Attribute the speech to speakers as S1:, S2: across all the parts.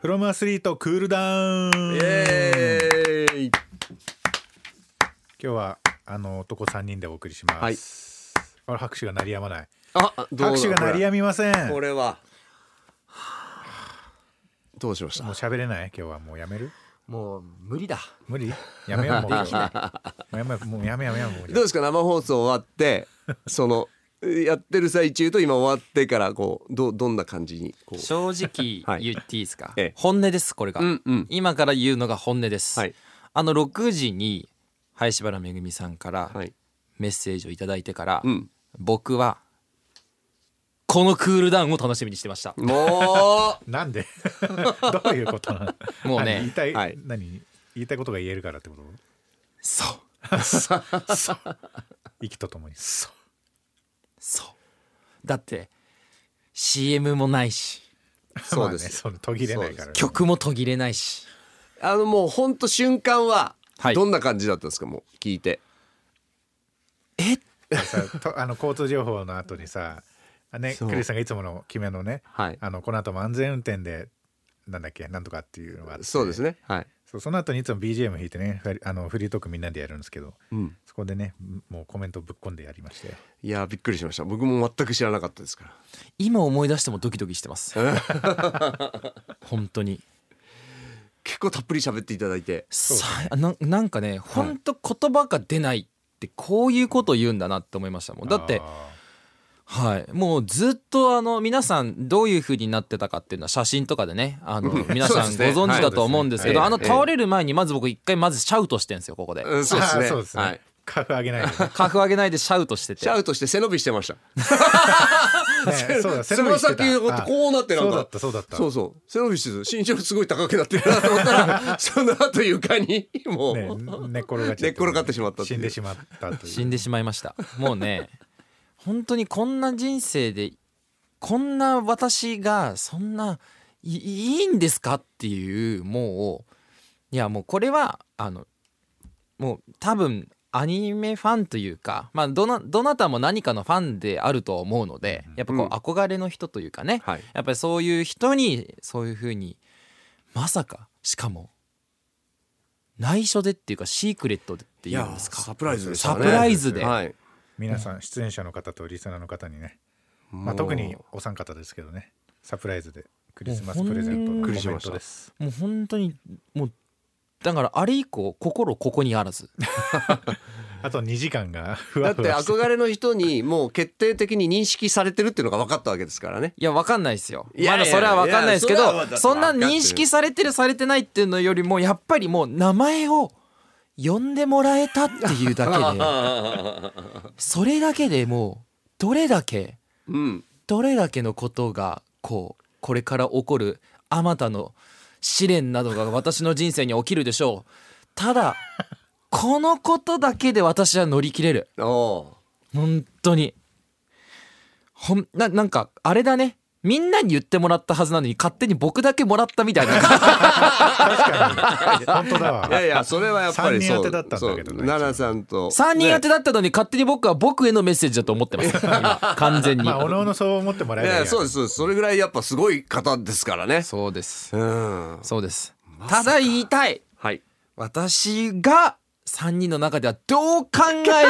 S1: フロムアスリートクールダウン
S2: イエーイ
S1: 今日はあの男3人でお送りします、
S2: はい
S1: あれ拍手が鳴りやまない
S2: ああどうだ
S1: 拍手が鳴りやみません
S2: これ
S1: も
S2: こ
S1: う
S2: れはどうしました
S1: 喋れない今日はもうやめる
S3: もう無理だ。
S1: 無理やめようもうやめようもうやめようやめよう
S2: どうですか生放送 終わってそのやってる最中と今終わってからこうどうどんな感じにこう
S3: 正直
S2: はい
S3: 言っていいですか、
S2: ええ
S3: 本音ですこれが、
S2: うんうん
S3: 今から言うのが本音です、
S2: はい
S3: あの6時に林原めぐみさんから
S2: はい
S3: メッセージをいただいてから、
S2: うん
S3: 僕はこのクールダウンを楽しみにしてました
S2: も
S1: なんで どういうことなの
S3: もう
S1: 何
S3: ね
S1: 言いたい、
S2: はい
S1: 何言いたいことが言えるからってこと
S3: そう
S1: 息とともにそう
S3: そうだって CM もないし
S2: う そうです、
S1: まあね、その途切れないから、ね、
S3: 曲も途切れないし
S2: あのもうほんと瞬間は
S3: はい
S2: どんな感じだったんですかもう聞いて
S3: え
S1: さとあ の交通情報の後にさあね
S2: そう
S1: クリスさんがいつもの決めのね、
S2: はい
S1: あのこの後も安全運転でなんだっけなんとかっていうのがあって
S2: そうですねはい
S1: そうその後にいつも BGM 弾いてねふりあのフリートークみんなでやるんですけど、
S2: ん
S1: そこでねんもうコメントぶっ込んでやりまして
S2: いやびっくりしました僕も全く知らなかったですから
S3: 今思い出してもドキドキしてます 本当に
S2: 結構たっぷり喋っていただいて
S3: さあななんかね本当言葉が出ないってこういうこと言うんだなって思いましたもんだって
S1: あ
S3: はいもうずっとあの皆さんどういう風になってたかっていうのは写真とかでねあの皆さ
S2: そ
S3: んご
S2: うですね
S3: 存知だと思うんですけど
S2: はい
S3: あの倒れる前にまず僕一回まずシャウトしてんですよここで
S2: うん
S1: ー
S2: そうです
S1: あ
S2: ね
S1: ーそうですね、
S2: はい
S1: カフ上げないでね
S3: カフ上げないでシャウトしてて
S2: シャウトして背伸びしてました
S1: ねそうだ背
S2: つ
S1: 伸
S2: ま
S1: びして
S2: 先
S1: た
S2: がこうなってなん
S1: そ
S2: か
S1: うだったそうだった
S2: そうそう背伸びしてる身長すごい高くなってるなと思った らその後床にもう、
S1: ね、寝っ転がっちゃって
S2: 寝っ転がってしまったって
S1: 死
S2: いうん
S1: でしまったという
S3: 死んでしまいましたもうね本当にこんな人生でこんな私がそんないいいんですかっていうもういやもうこれはあのもう多分アニメファンというか、まあ、どなどなたも何かのファンであると思うのでやっぱこ
S2: う
S3: うん憧れの人というかね、
S2: はい
S3: やっぱりそういう人にそういうふうにまさかしかも内緒でっていうかシークレットでっていうんですか
S2: サプライズでしたね
S3: サプライズで
S2: はい
S1: 皆さん出演者の方とリスナーの方にね、まあ、特にお三方ですけどねサプライズでクリスマスプレゼントのコメントです
S3: もう本当にもうだからあれ以降心ここにあら ず
S1: あと2時間がふ
S2: だ
S1: わ
S2: って
S1: ふわして
S2: 憧れの人にもう決定的に認識されてるっていうのが分かったわけですからね
S3: いやわかんないですよ
S2: いやいや
S3: まだそれはわかんないですけ
S2: いやそれはわか
S3: ど
S2: る
S3: そんな認識されてるされてないっていうのよりもやっぱりもう名前を呼んでもらえたっていうだけで それだけでもうどれだけ
S2: うん
S3: どれだけのことがこうこれから起こるあまたの試練などが私の人生に起きるでしょうただこのことだけで私は乗り切れる
S2: おお
S3: 本当にほんななんかあれだねみんなに言ってもらったはずなのに勝手に僕だけもらったみたいな
S1: 本当だわ
S2: ーいやいやそれはやっぱりそう
S1: 三人当てだったんだけどね
S2: そう奈々さんと
S3: 3人当て
S2: だ
S3: だったのに勝手に僕は僕へのメッセージだと思ってます今完全に、
S1: まあおのおのそう思ってもらえ
S2: い
S1: ればいい
S2: や
S1: や
S2: いやそうですそうですそれぐらいやっぱすごい方ですからね
S3: そうです
S2: うん
S3: そうですただ言いたい
S2: はい
S3: 私が3人の中ではどう考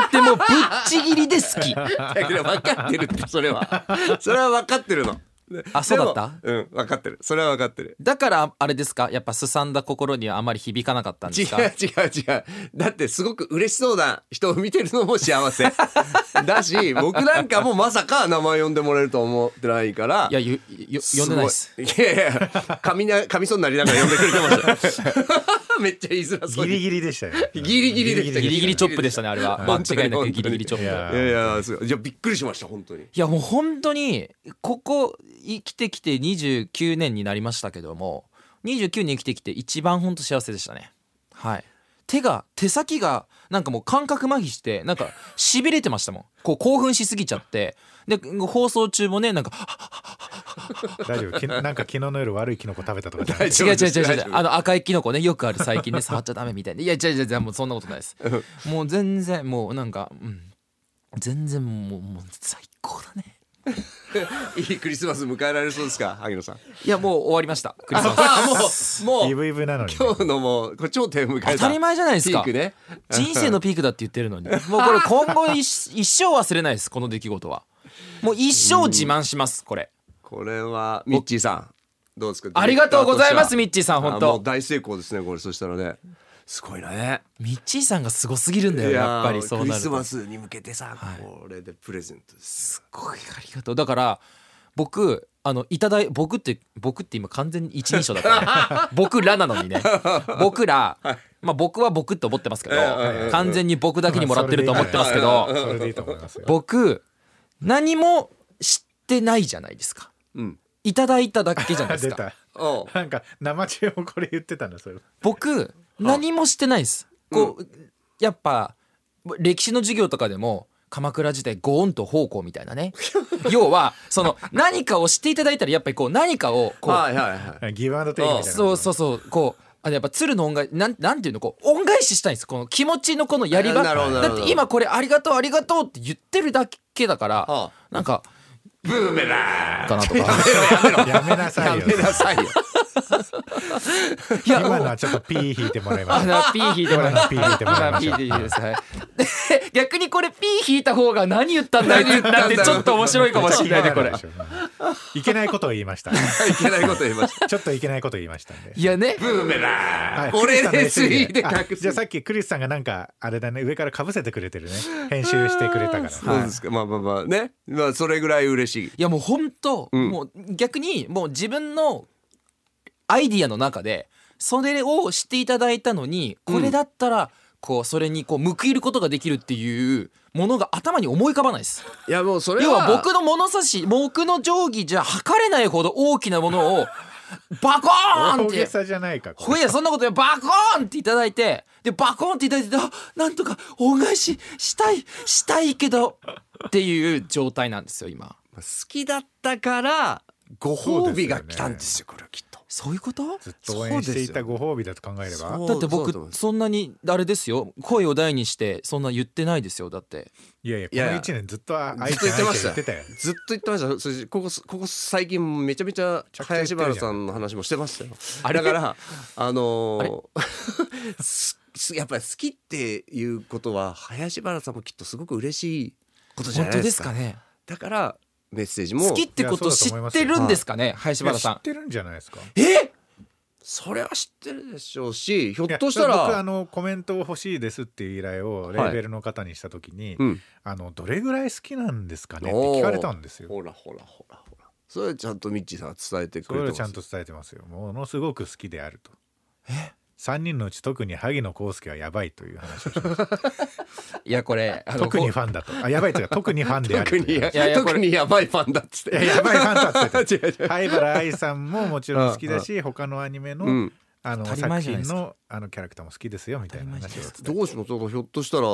S3: えてもぶっちぎりで好き
S2: だけど分かってるってそれはそれは分かってるの
S3: あそうだった
S2: でもうん分かってるそれは分かってる
S3: だからあれですかやっぱすさんだ心にはあまり響かなかったん
S2: 違
S3: で
S2: う
S3: すか
S2: 違う違うだってすごく嬉しそうな人を見てるのも幸せだし僕なんかもまさか名前呼んでもらえると思ってないから
S3: いやゆゆ呼んでないです
S2: ごいいやいや噛みな噛みそうになりながら呼んでくれて ましためっちゃ言いづらそう
S1: ギ
S2: に
S1: リギリでしたよ
S2: ギリギリでした
S3: ギリギリチョップでしたねあれは間
S2: 本当に
S3: 違いなくギリギリチョ
S1: い
S3: ップ
S1: や
S2: いやいやすごいいやびっくりしました本当に
S3: いやもう本当にここ生きてきて29年になりましたけども29年生きてきて一番本当幸せでしたねはい手が手先がなんかもう感覚麻痺してなんかしびれてましたもんこう興奮しすぎちゃってで放送中もねなんか
S1: 大丈夫きなんか昨日の夜悪いキノコ食べたとかじゃない
S2: 大
S3: 違う
S2: 丈夫
S3: 違う違
S2: で
S3: う
S2: す大
S3: 違う
S2: 丈夫
S3: あの赤いキノコねよくある最近ね触っちゃダメみたいないや違う違う違うもうそんなことないですもう全然もうなんかうん全然もうもう最高だね
S2: いいクリスマス迎えられそうですか萩野さん
S3: いやもう終わりましたクリスマスもうも
S1: イ
S3: う
S1: ブイブなのにね、
S2: 今日のもうこっちも手を迎えた
S3: 当たり前じゃないですか
S2: ピークね
S3: 人生のピークだって言ってるのにもうこれ今後一一生忘れないですこの出来事はもう一生自慢しますこれ
S2: これはミッチーさんどうですか
S3: ありがとうございますミッ
S2: チ
S3: チーさん本当
S2: 大成功ですねこれそしたらねすごいね
S3: ミッチーさんがすごすぎるんだよ
S2: い
S3: や
S2: ー
S3: っぱりそう
S2: ク
S3: な
S2: リ
S3: る
S2: ス
S3: と
S2: マスに向けてさ、
S3: はい
S2: これでプレゼントです
S3: すっごいありがとうだから僕あのいただい僕って僕って今完全に一人称だから、 ね、僕らなのにね僕ら、まあ僕は僕って思ってますけど、
S2: ええ
S3: 完全に僕だけにもらってると思ってますけ
S1: そ
S3: ど
S1: れでいいと思いますよ
S3: 僕何も知ってないじゃないですか
S2: うん
S3: いただいただけじゃないです
S1: 出
S3: か
S1: た
S2: おう
S1: なんか生中もこれ言ってたんだそれ
S3: 僕何もしてないですこう、やっぱ歴史の授業とかでも鎌倉時代ご恩と奉公みたい なね要はその何かをしていただいたらやっぱりこう何かをこう
S2: はいはいはい
S1: ギブアンドテイクみたいな
S3: そうそうそうこうあのやっぱ鶴の恩返なんなんていうのこう恩返ししたいんですこの気持ちのこのやり
S2: あ
S3: が
S2: なるほどなる
S3: だ
S2: ほ
S3: っ
S2: ど
S3: て今これありがとうありがとうって言ってるだけだから、
S2: あ
S3: なんか
S2: ブーメラン
S3: かなとか
S1: やめなさ
S2: や
S1: いよ
S2: めなさいよ
S3: いや
S1: 今のはちょっとピー引いてもらいま
S3: あ
S1: す
S3: のピー引いても
S1: 今
S3: ら
S1: のは
S3: い
S1: ピー引いてもらい
S3: 今
S1: まし
S3: ピ
S1: ょ
S3: ー
S1: う
S3: でいいですはいで逆にこれピー引いた方が何言ったんだ
S2: 何言ったんだ
S3: ってちょっと面白いかもしれないねこれ
S1: めっちゃ気になるでしょうんいけないことを言いました
S2: いけないこと言いました
S1: ちょっといけないことを言いましたんで
S3: いやね
S2: ブーメラ
S1: は
S2: ン
S1: い
S2: これでスリーで
S1: あ
S2: 隠す
S1: じゃあさっきクリスさんがなんかあれだね上からかぶせてくれてるね編集してくれたから
S2: そうですかまあまあまあねまあそれぐらい嬉しい
S3: いやもう本当、
S2: ん
S3: もう逆にもう自分のアイディアの中でそれをしていただいたのにこれだったらこうそれにこう報いることができるっていうものが頭に思い浮かばないです
S2: いやもうそれ
S3: 要は僕
S2: の
S3: の物差し僕の定規じゃ測れないほど大きなものをバコー
S1: 大
S3: ンっ
S1: げ
S3: て
S1: さじゃないかこ
S3: ほいやそんなことでバコーンっていただいてでバコーンっていただいてあなんとか恩返ししたいしたいけどっていう状態なんですよ今
S2: 好きだったからご褒美が来たんですよこれきっと
S3: そういうこと
S1: れずっと応援していたご褒美だと考えれば
S2: そう
S3: だって
S2: だと思い
S3: 僕
S2: ます
S3: そんなにあれですよ声を大にしてそんな言ってないですよだって
S1: いやいやこ
S2: いやい
S1: の
S2: や
S1: 一年ずっと愛
S2: ずっ
S1: 知
S2: と言って
S1: 愛
S2: ま
S1: 知
S2: し
S1: 言ったて
S2: よ
S1: たよ
S2: ずっと言ってましたそれここここ最近めちゃめちゃ林原さんの話もしてましたよ
S3: あれ
S2: だからあのー すすやっぱり好きっていうことは林原さんもきっとすごく嬉しいことじゃ
S3: 本
S2: ない
S3: 当
S2: で
S3: ですす
S2: か
S3: かね
S2: だからメッセージも
S3: 好きってことを知ってるんですかね林
S1: いや
S3: 原
S1: 知
S3: さ
S1: っ
S3: ん
S1: てるんじゃないですか
S3: え
S2: それは知ってるでしょうしひょ
S1: いや
S2: っとしたら
S1: 僕あのコメントを欲しいですっていう依頼をレーベルの方にした時に、
S2: うん
S1: あのどれぐらい好きなんですかねって聞かれたんですよ
S2: ほらほらほらほらそれはちゃんとミッチーさんは伝えて
S1: そ
S2: く
S1: れ
S2: れ
S1: を
S2: て
S1: ちゃ
S2: ま
S1: ん
S2: す
S1: と伝えてますよものすごく好きであると3人のうち特に萩野公介はやばいという話をしました
S3: いやこれあの
S1: 特に
S3: こ
S1: ファンだ とあやばいというか特にファンであると
S2: 特
S1: いう
S2: に
S1: 話
S3: いやいやこれ
S2: 特にやばいファンだっつっ
S1: いや
S2: て
S1: やばいファンだって言って
S2: 違う
S1: た
S2: 違
S1: 灰原哀さんももちろん好きだ し他のアニメの,、
S2: うん
S1: あの
S3: 当たり
S1: 作
S3: 前じゃ
S1: 品
S3: ないですか
S1: のあのキャラクターも好きですよみたいな話を伝えて
S2: どうしますだからひょっとしたら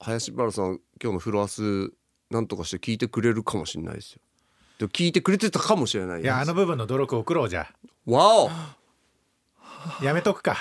S2: 林原さん今日のフロアスなんとかして聞いてくれるかもしれないですよでも聞いてくれてたかもしれない
S1: いやあの部分の努力を送ろうじゃ
S2: わお
S1: あやめとくか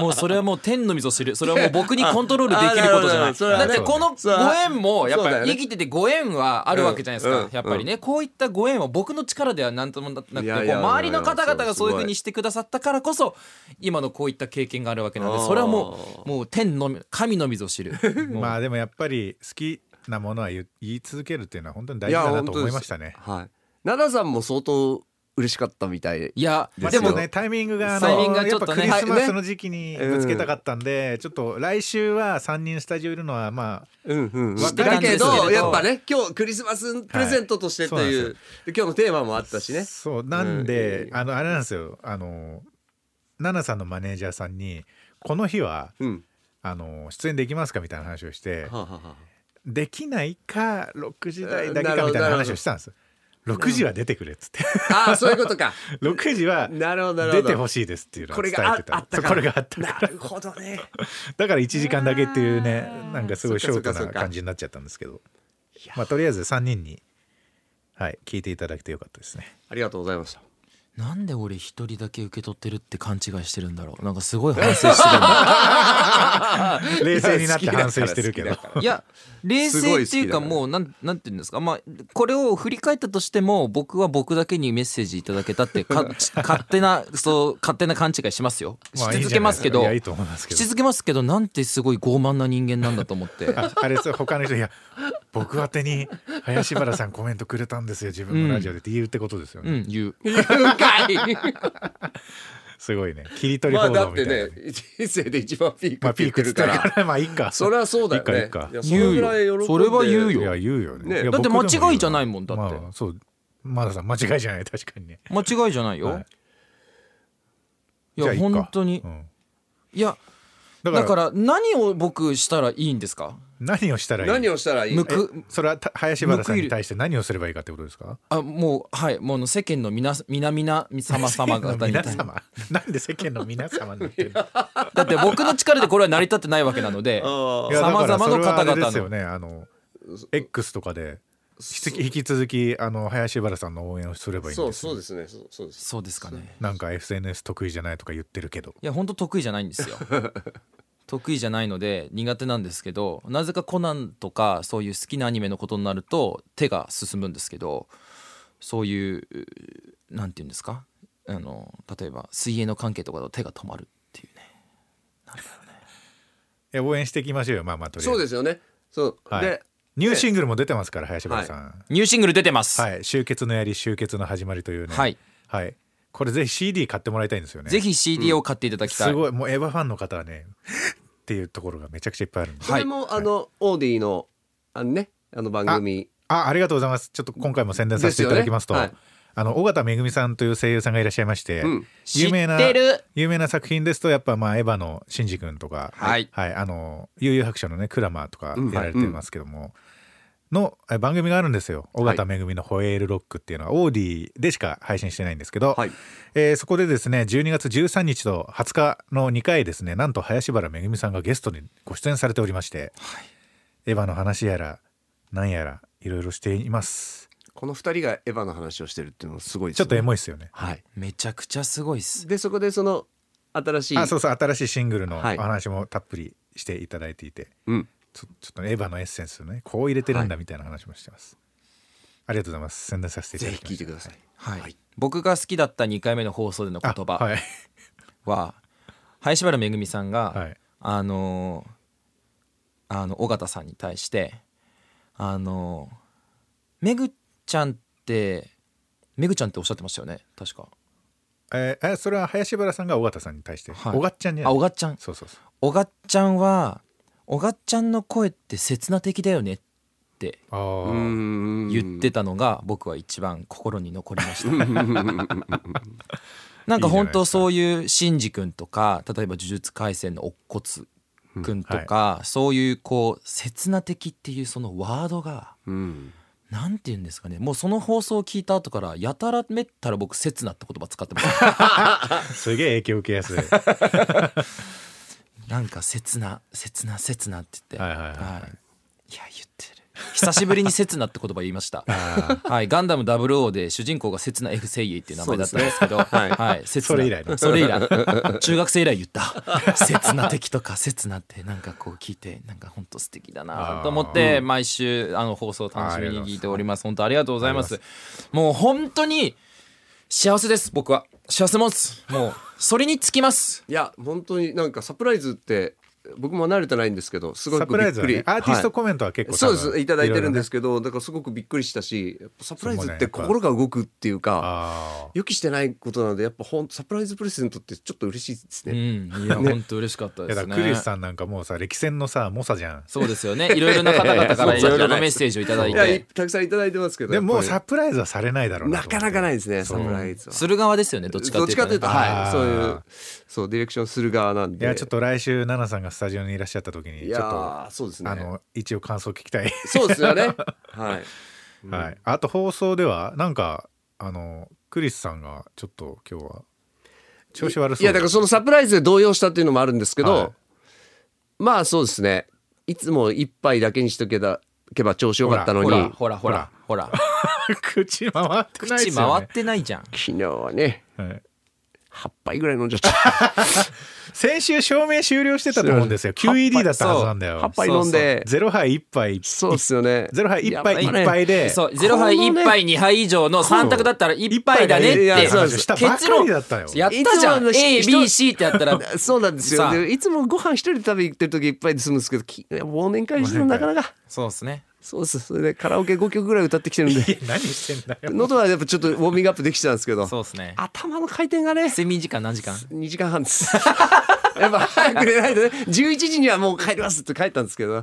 S3: もうそれはもう天のみぞ知るそれはもう僕にコントロールできることじゃな
S2: あなるほどそれはい
S3: だってこの
S2: そうだ
S3: ご縁もやっ
S2: そうだ
S3: ぱ
S2: よ
S3: り
S2: ね
S3: 生きててご縁はあるわけじゃないです
S2: うんう
S3: か
S2: ん
S3: やっぱりねこういったご縁は僕の力では何ともなくてこ
S2: いうやいや
S3: 周りの方々
S2: いやいや
S3: がそういうふうにしてくださったからこそ今のこういった経験があるわけなのでそれはも
S2: あ
S3: うもう天のみ神のみぞ知る もう
S1: まあでもやっぱり好きなものは言う言い続けるっていうのは本当に大
S2: い
S1: 事
S2: や
S1: だな
S2: 本
S1: と
S2: 当
S1: 思
S2: で
S1: い
S2: す
S1: ましたね。
S2: はい奈良さんも相当嬉しかったみたい
S3: いや
S1: まあ
S3: で
S1: で
S3: も
S1: もねタイミングがあの
S3: タイミングがちょっとね
S1: やぱクリスマスの時期にぶつけたかったんで、ちょっと来週は3人スタジオいるのはまあ
S2: うんうん
S1: 知って
S3: た
S2: だ
S3: ん
S2: け
S3: ですけど
S2: どやっぱね今日クリスマスプレゼントとしてという,、
S1: はいそうなん
S2: で今日のテーマもあったしね
S1: そうなんで、
S2: うん
S1: あのあれなんですよあの奈々さんのマネージャーさんにこの日は
S2: うん
S1: あの出演できますかみたいな話をして
S2: はあはあは
S1: できないか6時台だけ
S2: なる
S1: か
S2: ほど
S1: みたいな
S2: なるほ
S1: 話
S2: ど
S1: をしたんです6時は出てくれっつって
S2: ああーそういうことか
S1: 6時は
S2: なるほどなるほ
S1: 出
S2: ど
S1: てほしいですっていうの
S2: こ
S1: を
S2: れ
S1: 伝
S2: が
S1: え
S2: あ
S1: て
S2: あ
S1: た
S2: った
S1: そうこ
S2: から
S1: れがあった
S2: なるほどね
S1: だから1時間だけっていうねなんかすごいショート
S2: そっかそ
S1: な
S2: っかそっか
S1: 感じになっちゃったんですけどまあとりあえず3人にはい聞いていただけてよかったですね
S2: ありがとうございました
S3: なんで俺一人だけ受け取ってるって勘違いしてるんだろうなんかすごい反省してるんだ
S1: 冷静になって反省してるけど
S2: いや好きだから
S3: いや冷
S2: すご
S3: 静
S2: い
S3: っ
S2: 好
S3: てい
S2: き
S3: う
S2: だか
S3: か
S2: ら
S3: もうなんなんていうんですかまあこれを振り返ったとしても僕は僕だけにメッセージいただけたっ てか勝手なそう勝手な勘違いしますよし
S1: まあいい
S3: 続
S1: じゃ
S3: け
S1: ない
S3: ま
S1: ですす
S3: け
S1: か
S3: ど
S1: いやいいと思いますけ
S3: し
S1: ど
S3: 続けますけどなんてすごい傲慢な人間なんだと 思って。
S1: ああれそう他の人いや僕宛てに林原さんコメントくれたんですよ自分のラジオでって言うってことですよね、
S3: うん、 言う。
S2: 言うか い
S1: すごいね切り取り
S2: まあ
S1: 報
S2: だ
S1: 道
S2: っ
S1: みた
S2: て
S1: いな、
S2: ね人生で一番ピーク
S1: ま
S2: っ
S1: あ
S2: て
S1: ピー
S2: 言って
S1: クつ
S2: る
S1: って
S2: か
S1: る
S2: ら、
S1: から まあいいか
S2: それはそうだよ
S1: いい
S2: ね
S1: かいいか
S2: いやそれぐらい喜んで
S3: それは言う
S1: い
S3: よ
S1: や言うよね
S2: ね
S1: いや
S3: だって
S1: 僕でも
S3: 間違いじゃないもんだって
S1: まあ、そうまださん間違いじゃない確かにね
S3: 間違いじゃないよ。
S1: はいい、じゃあ
S3: や、
S1: いいか
S3: 本当に
S1: う。ん
S3: いや、
S1: だから
S3: だから、何を僕したらいいんですか。
S1: 何をしたらいい
S2: 何をしたらいい
S3: む
S1: え
S3: く、
S1: それはた林原さんに対して何をすればいいかってことですか
S3: あ、もう、はい、もうあの世間のみな、みなみな様様方に
S1: 皆
S3: 対して。
S1: 様なんで世間の皆様に言 ってる
S3: だって、僕の力でこれは成り立ってないわけな ので。
S2: あ
S1: いやだから
S3: 様々の
S1: それ
S3: 方々の
S1: はあれですよねあの X とかで引き引き続きあの林原さんの応援をすればいいんです
S2: そ
S1: よ
S2: うそうですねそうそうです
S3: そうですかね。
S1: なんか SNS 得意じゃないとか言ってるけど
S3: いや、本当得意じゃないんで すよ。得意じゃないので苦手なんですけどなぜかコナンとかそういう好きなアニメのことになると手が進むんですけどそういううなんて言うんですかあの例えば水泳の関係とかだと手が止まるっていうね
S1: いや応援していきましょうよまあまあとりあえず
S2: そうですよねそう、
S1: はい
S2: で
S1: ニューシングルも出てますから林原さん
S3: ニューシングル出てます、
S1: はいい「終結の槍終結の始まり」というね
S3: はい
S1: はいこれぜひ CD 買ってもらいたいんですよね
S3: ぜひ CD を買っていただきたい、
S1: すごいもうエヴァファンの方はねっていうところがめちゃくちゃいっぱいあるんで
S2: それも、あのオーディのあのねあの番組
S1: あありがとうございますちょっと今回も宣伝させていただきますと、
S2: ですよね
S1: あの尾形めぐみさんという声優さんがいらっしゃいまして、
S2: うん
S1: 有名な
S3: 知ってる
S1: 有名な作品ですとやっぱまあエヴァのシンジ君とか、
S3: はい
S1: あの悠々白書のねクラマーとかやられてますけども、のえ番組があるんですよ尾形めぐみの「ホエールロック」っていうのはオーディでしか配信してないんですけど、
S2: はい
S1: えーそこでですね12月13日と20日の2回ですねなんと林原めぐみさんがゲストにご出演されておりまして、エヴァの話やらなんやらいろいろしています
S2: この二人がエヴァの話をしてるっていうのはすごいです
S1: ちょ
S2: ね、
S1: っとエモいですよね
S2: はい
S3: めちゃくちゃすごいっす
S2: でそこでその新しい
S1: あそうそう新しいシングルのお
S2: はい
S1: 話もたっぷりしていただいていて、
S2: うん
S1: ちょちょっとねエヴァのエッセンスをねこう入れてるんだみたいな話もしてます、ありがとうございます宣伝させていた
S2: ぜ
S1: だ
S2: ひ
S1: きま
S2: 聞い
S1: してた
S2: ください
S3: はい、
S2: はい
S3: 僕が好きだった2回目の放送での言葉
S1: あ
S3: は、
S1: はい
S3: 林原めぐみさんが、
S1: はい
S3: あのーあの尾形さんに対してあのーめぐちゃんってめぐちゃんっておっしゃってましたよね確か
S1: えーえそれは林原さんが尾形さんに対して、
S3: はい
S1: 尾形ちゃんに
S3: あ尾形ちゃん
S1: そうそうそう
S3: 尾形ちゃんは尾形ちゃんの声って切な的だよねって
S1: あー
S3: 言
S2: 言
S3: ってたのが僕は一番心に残りま した
S2: は
S3: なんか本
S1: い
S3: 当
S1: いじゃ
S3: そういうシンジ君とか例えば「呪術廻戦」の乙骨君とか、そういうこう刹那的っていうそのワードがなんて言うんですかねもうその放送を聞いた後からやたらめったら僕「刹那」って言葉使ってます
S1: すげえ影響受けやすいはい
S3: なんか刹那「刹那刹那」って言って、
S1: はいはいはい
S3: いや言ってる久しぶりに「刹那」って言葉言いました
S1: あ
S3: はい、ガンダム00で主人公が刹那 F セイエイっていう名前だったんですけど、
S2: ね
S3: はい、はい、刹那
S1: それ以来ね
S3: それ以来、中学生以来言った。刹那的とか刹那ってなんかこう聞いて、なんか本当素敵だなと思って、毎週あの放送を楽しみに聞いております。本当ありがとうございます。もう本当に幸せです。僕は幸せもんです。もうそれにつきます。
S2: いや本当になんかサプライズって僕も慣れてないんですけどす
S1: ー
S2: ご
S1: サ
S2: く
S1: プ
S2: び
S1: ラ
S2: っ
S1: イズ
S2: く
S1: は
S2: り、
S1: ねアーティスト
S2: はい
S1: コメントは結構多
S2: そう
S1: 分、
S2: ですいただいてるんです
S1: けど
S2: けどだからすごくびっくりしたしやっぱサプライズっ
S1: そ
S2: て
S1: うもね
S2: 心が動くっていうか
S1: あ
S2: 予期してないことなのでやっぱほんサプライズプレゼントってちょっと嬉しいです
S3: う
S2: ね、
S3: ん、いや、本当嬉しかった
S1: あ
S3: で
S1: だか
S3: す
S1: ら
S3: ね。
S1: クリスさんなんかもうさ歴戦のさ猛者じゃん
S3: そうですよね。いろいろな方々からいろいろなメッセージをいただい
S2: いやい
S3: て、
S2: たくさんいただいてますけど
S1: でももう
S2: やっ
S1: サプライズはされないだ
S2: ぱ
S1: ろう
S2: りな
S1: と思
S2: か
S1: って
S2: なかないですねサプライズは
S3: する側ですよね。どっちか
S2: ど
S3: っ
S2: って
S3: い
S2: ち
S3: うと
S2: かとい
S3: ね、
S2: うと
S1: あ
S2: は
S1: ー
S2: いそういうそうディレクションする側なん
S1: い
S2: で
S1: やちょっと来週奈々さんがスタジオにいらっしゃった時に
S2: い
S1: ちょ
S2: や
S1: っと
S2: ーそうです
S1: あ
S2: ね
S1: の一応感想聞きたい、
S2: そうです よねはい
S1: はいあと放送ではなんかあのクリスさんがちょっと今日は調子悪そう
S2: いやだからそのサプライズで動揺したっていうのもあるんですけど、
S1: はい
S2: まあそうですねいつも一杯だけにしとけだけば調子よかったのに
S3: ほらほらほらほら
S1: 口回ってないで
S3: 口
S1: すよ
S3: 回っ
S1: ね
S3: てないじゃん
S2: 昨日はね
S1: はい、
S2: 8杯ぐらい飲んじゃった
S1: 先週証明終了してたと思うんですよ QED だったはずなんだ
S2: 8
S1: よ
S2: 杯飲んで
S1: 0杯1杯
S2: そうっすよね
S1: 0杯1杯
S2: やばいね
S1: 1杯で
S3: そう0杯
S2: このね
S3: 1杯2杯以上の3択だったら1杯だねっ
S2: いや
S3: て
S2: そう
S1: 話
S2: で
S1: し
S2: す
S1: たばっかりだったよ
S3: やったじゃ
S2: いつも
S3: ん
S2: の人
S3: ABC ってやったら
S2: そうなんですよ
S3: さあ
S2: でいつもご飯一人で食べ行ってる時いっぱいで済むんですけどきいや忘年会してもなかなか
S3: そうですね
S2: そうですそれでカラオケ5曲ぐらい歌ってきてるんで
S1: いや何してんだよ
S2: 喉はやっぱちょっとウォーミングアップできてたんですけど
S3: そうですね
S2: 頭の回転がね
S3: 睡眠時間何時間
S2: 2時間半です やっぱ早く寝ないとね11時にはもう帰りますって帰ったんですけど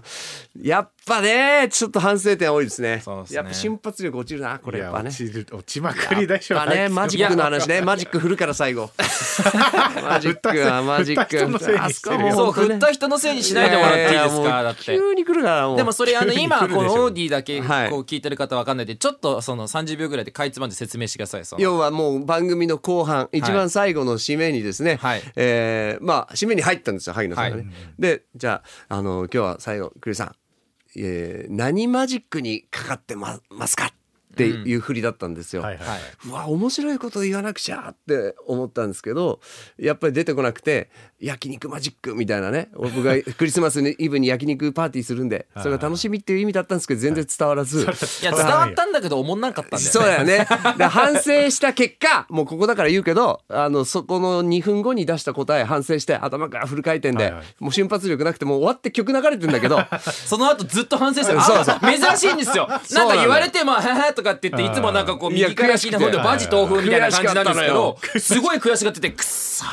S2: やっぱねちょっと反省点多いですね
S3: そうですね
S2: やっぱ瞬発力落ちるなこ
S1: こ
S2: れ
S1: れ
S2: やっぱ
S1: 落
S2: ね
S1: ちる落ちまくりでしょ
S2: やっぱねマジックの話ねマジック振るから最後 マジックはマジッ
S1: 振った人のせい
S2: ク
S1: にしてるよ
S2: あこ
S3: そ
S2: 本当
S3: う振
S2: ね
S3: った人のせいにしないでもらっていいです
S2: ややも
S3: か
S2: う
S3: だって
S2: 急に来るからもう
S3: でもそれあの
S1: 急に
S3: 今
S1: 来るでしょ
S3: このオーディだけこう
S2: はい
S3: 聞いてる方わかんないんでちょっとその30秒ぐらいでかいつまんで説明してくださいその
S2: 要はもう番組の後半一番最後の締めにですね、
S3: はい
S2: えーまあ締めに入ったんですよ萩野さんがね。
S3: はい
S2: でじゃああの今日は最後栗さん、えー何マジックにかかってまますかっていう振りだったんですよ。
S1: はいはい、
S3: はいう
S2: わ面白いこと言わなくちゃって思ったんですけどやっぱり出てこなくて焼肉マジックみたいなね 僕がクリスマスイブに焼肉パーティーするんでそれが楽しみっていう意味だったんですけど全然伝わらず。
S3: いや伝わったんだけど思んなかったんだ よ
S2: そうだよね。で反省した結果、もうここだから言うけど、あの、そこの2分後に出した答え反省して、頭からフル回転で、
S1: はいはい
S2: もう瞬発力なくて、もう終わって曲流れてんだ けど、
S3: その後ずっと反省してる
S2: そうそう
S3: あ珍しいんですよなん
S2: そうな
S3: か
S2: の
S3: 言われても「はは」とかって言っていつもなんかこう
S2: いや
S3: 右から左
S2: 悔しく
S3: のほん
S2: て
S3: でバジ豆腐みたいな感じなんですけど
S2: 悔
S3: すごい悔しがっててくっそ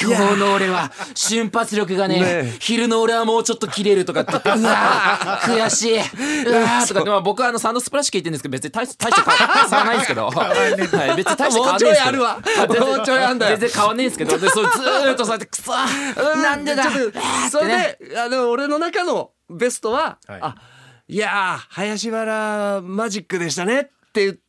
S3: 今日の俺は瞬発力がね
S2: ねえ
S3: 昼の俺はもうちょっと切れるとかって言ってうわー悔しいうわーとかってまあ僕はあのサンドスプラッシュ聞いてるんですけど別に大し大して変わらないんですけど、 はい、別に大して変わ
S2: もう
S3: らないんですけど
S2: ちょいあるわ
S3: 全然
S2: もうちょいあんだよ
S3: 全然変わんないんですけどでそれずーっとそうやってくそなんでだ
S2: ちょっとそれで、あの、俺の中のベストは、
S1: はい
S2: あ、いやー、林原マジックでしたねって言って、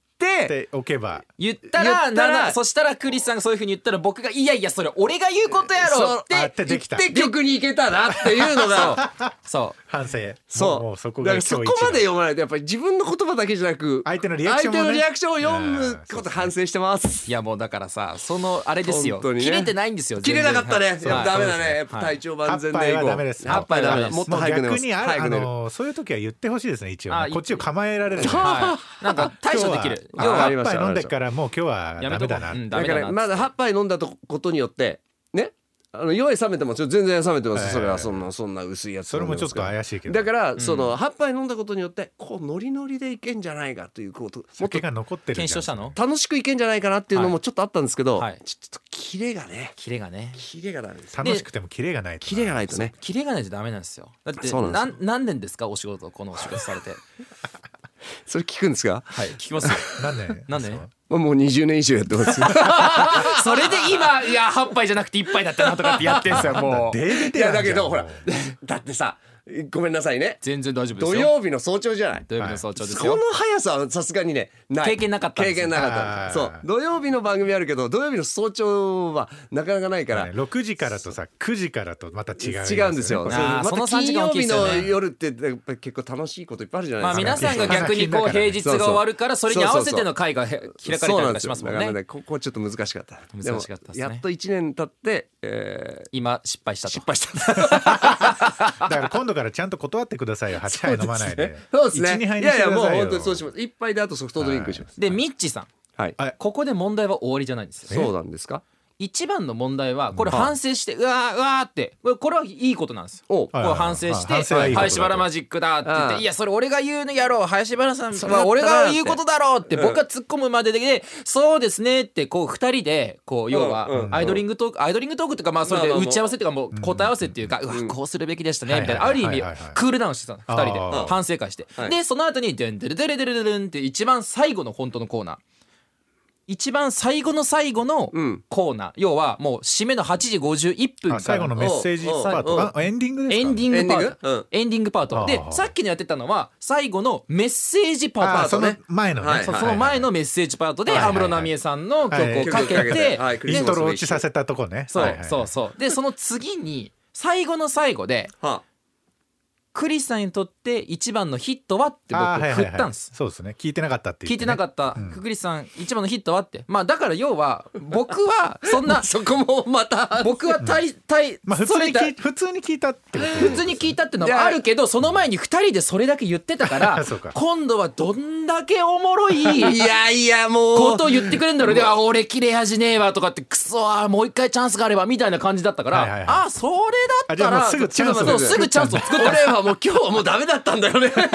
S1: で置けば
S3: 言ったら
S2: 言ったら
S3: ななそしたらクリスさんがそういうふうに言ったら僕が「いやいやそれ俺が言うことやろ」っ
S1: そうあっててできた
S2: で曲に行けたなっていうのが、
S3: そ
S1: 反省
S2: そう
S1: ももうそこ
S2: だ
S1: が
S2: から
S1: 今日
S2: そこ
S1: 一番
S2: まで読まないとやっぱり自分の言葉だけじゃなく
S1: 相手のリアクションもね
S2: 相手のリアクションを読
S1: いや
S2: む
S1: ーそう
S2: こ
S1: です
S2: と
S1: ね
S2: 反省してます
S3: ういやもうだからさそのあれですよ、
S2: 本当にね
S3: 切れてないんですよ
S2: 切れなかったねや
S3: 全
S2: っ
S3: 然
S2: ぱダメだ
S1: そうです
S2: ね
S1: ね
S2: やっぱ体調万全
S1: 八
S2: で
S1: 杯
S2: い
S1: は
S2: こう
S1: ダメです
S2: 八杯ダメ
S3: は
S2: だ
S3: い
S2: もっと
S1: もう
S2: 早く寝ま
S1: 逆
S2: す
S1: にあ
S2: 早く
S1: あ
S2: 寝る
S1: のそういう時は言ってほしいですね一応
S3: あ
S1: ねこっちを構えられるんで
S3: はいはい、なん か対処できる
S1: 今日
S3: 要
S1: は
S2: わ
S1: あ
S2: かり
S3: は
S2: ま
S1: 一
S2: した
S1: 杯飲んでっからもう今日は
S3: やめ
S1: ダ
S3: とこ
S1: メだ
S3: う
S1: な
S3: うん
S2: だ
S3: ダメ
S2: か
S3: だ
S2: ら
S3: な
S2: まだ8杯飲んだとことによってねあの酔い冷めてもちょ全然冷めてま
S1: え
S2: す
S1: え
S2: それはそんなそんな薄いやつ
S1: それもちょっと怪しいけど
S2: だからその8杯飲んだことによってこうノリノリでいけんじゃないかということもっと
S1: 酒が残ってるじゃん
S3: 検証したの
S2: 楽しくいけんじゃないかなっていうのもちょっとあったんですけど、
S3: はい
S2: ちょっとキレがね
S3: キレがね
S2: キレがダメです
S1: 楽しくてもキレがないとな
S2: キレがないとね
S3: キレがないとダメなんですよだって
S2: そうなんですよ
S3: なん何年ですかお仕事このお仕事されて
S2: それ聞くんですか
S3: はい聞 きますよ
S1: なんで
S3: なん で
S1: そう
S2: まあもう20年以上やってます
S3: それで今いや8杯じゃなくて1杯だったなとかってやってんすよもう
S1: デーベ
S2: い
S1: テラ
S2: や
S1: ンじゃ
S2: だ
S1: ん
S2: けどほら
S1: もう
S2: だってさごめんなさいね
S3: 全然大丈夫ですよ
S2: 土曜日の早朝じゃない
S3: 土曜日の早朝です
S2: そ
S3: よ、
S2: の速さはさすがにねない
S3: 経験なかったんで
S2: 経
S3: すよ
S2: 験なかったそ
S1: あー
S2: う土曜日の番組あるけど土曜日の早朝はなかなかないから、
S1: ね6時からとさ9時からとまた違う
S2: 違うんですよ。
S1: これ
S3: あー
S2: また
S3: その三
S2: 金
S3: 時間
S2: 曜
S3: 大きい
S2: 日
S3: ですよね
S2: の夜ってやっぱり結構楽しいこといっぱいあるじゃない
S3: まあ
S2: ですか。
S3: 皆さんが 逆にこう平日が終わるからそれに合わせての会がへ開かれたりとかしますもん
S2: そうなんですよだから
S3: ね
S2: ねここはちょっと難しかった。
S3: 難しかったですね
S2: もやっと一年経って、えー
S3: 今失敗したと
S2: 失敗した。
S1: だから今度からちゃんと断ってくださいよ8杯飲まないで
S2: そうです
S1: 1,2
S2: ね。
S1: 杯
S2: い
S1: にしてくだ
S2: やいや
S1: さい
S2: も
S1: よ
S2: う本当にそうします。一杯であとソフトドリンクします。
S3: でミッチさん
S2: はい。
S1: あ
S3: ここで問題は終わりじゃないんですよ
S2: そうなんですか。
S3: 一番の問題はこれ反省してうわーうわーってこれこれはいいことなんですよ
S2: おう
S1: はい
S3: こう反省して
S1: はい反省はいいことだと
S3: 林原マジックだって言っ
S2: うん
S3: ていやそれ俺が言うのやろう林原さ
S2: う
S3: ん
S2: だったな
S3: は俺が言うことだろうって僕が突っ込むまででそうですねってこう二人でこう要
S2: うんう
S3: は
S2: ん
S3: アイドリングトークアイドリングトークとかまあそれで
S2: まあまあ
S3: 打
S2: まあ
S3: ち合わせとかもう答え合わせっていうかうわこうするべきでしたねみたいな
S1: は
S3: あ
S1: い
S3: る意
S1: はいはい
S3: 味
S1: はいはい
S3: クールダウンしてたの二人で
S1: あー
S3: 反省会して
S2: はい
S3: でその後に「デンデレデレデレデレン」って一番最後の本当のコーナー一番最後の最後の
S2: うん
S3: コーナー、要はもう締めの8時51分から
S1: あ最後のメッセージパー
S2: おうおう
S1: トあエンディングです
S3: エ
S1: か
S3: ンディングパ
S2: エンディン
S3: ー
S2: グうん
S3: トエンディングパートで
S1: ああ
S3: さっきのやってたのは最後のメッセージパ
S1: あー
S3: ート
S1: そ
S3: ね
S1: の前のね、
S2: はい
S3: そう
S2: はい
S3: その前のメッセージパートで
S1: はいはい
S3: 安室奈美恵さんの曲をかけて
S2: はい
S1: イントロ落ちさせたとこね
S3: そ
S1: はいうはい
S3: そうそうでその次に最後の最後で
S2: は
S3: クリスさんにとっって一番のヒットはって僕
S1: あーはいはい
S3: 振
S1: はい
S3: ったんです。
S1: そうですね聞いてなかったって
S3: 聞いてなか
S1: っ
S3: った
S1: うん
S3: くくりさん一番のヒットはってまあだから要は僕はそん な
S2: そこもまた
S3: 僕は大大
S1: まあ普
S3: そ
S1: 通
S3: れ
S1: に
S3: だ
S1: 聞い普通に聞いたってこと
S3: 普通に聞いたってのはあるけどその前に2人でそれだけ言ってたから
S1: そうか
S3: 今度はどんだけおもろい
S2: いやいやもう
S3: ことを言ってくれるんだろうで「あ俺切れ味ねえわ」とかって「クソあーもう一回チャンスがあれば」みたいな感じだったから「
S1: はいはいはい
S3: あそれだ
S1: あ
S3: っ
S1: じゃ
S3: た
S1: あもう
S3: ら
S1: すぐチャンス
S3: そ
S1: を
S3: うそうすぐチャンスを作っ
S2: 俺はもう今日はもうダメだったんだよね
S3: た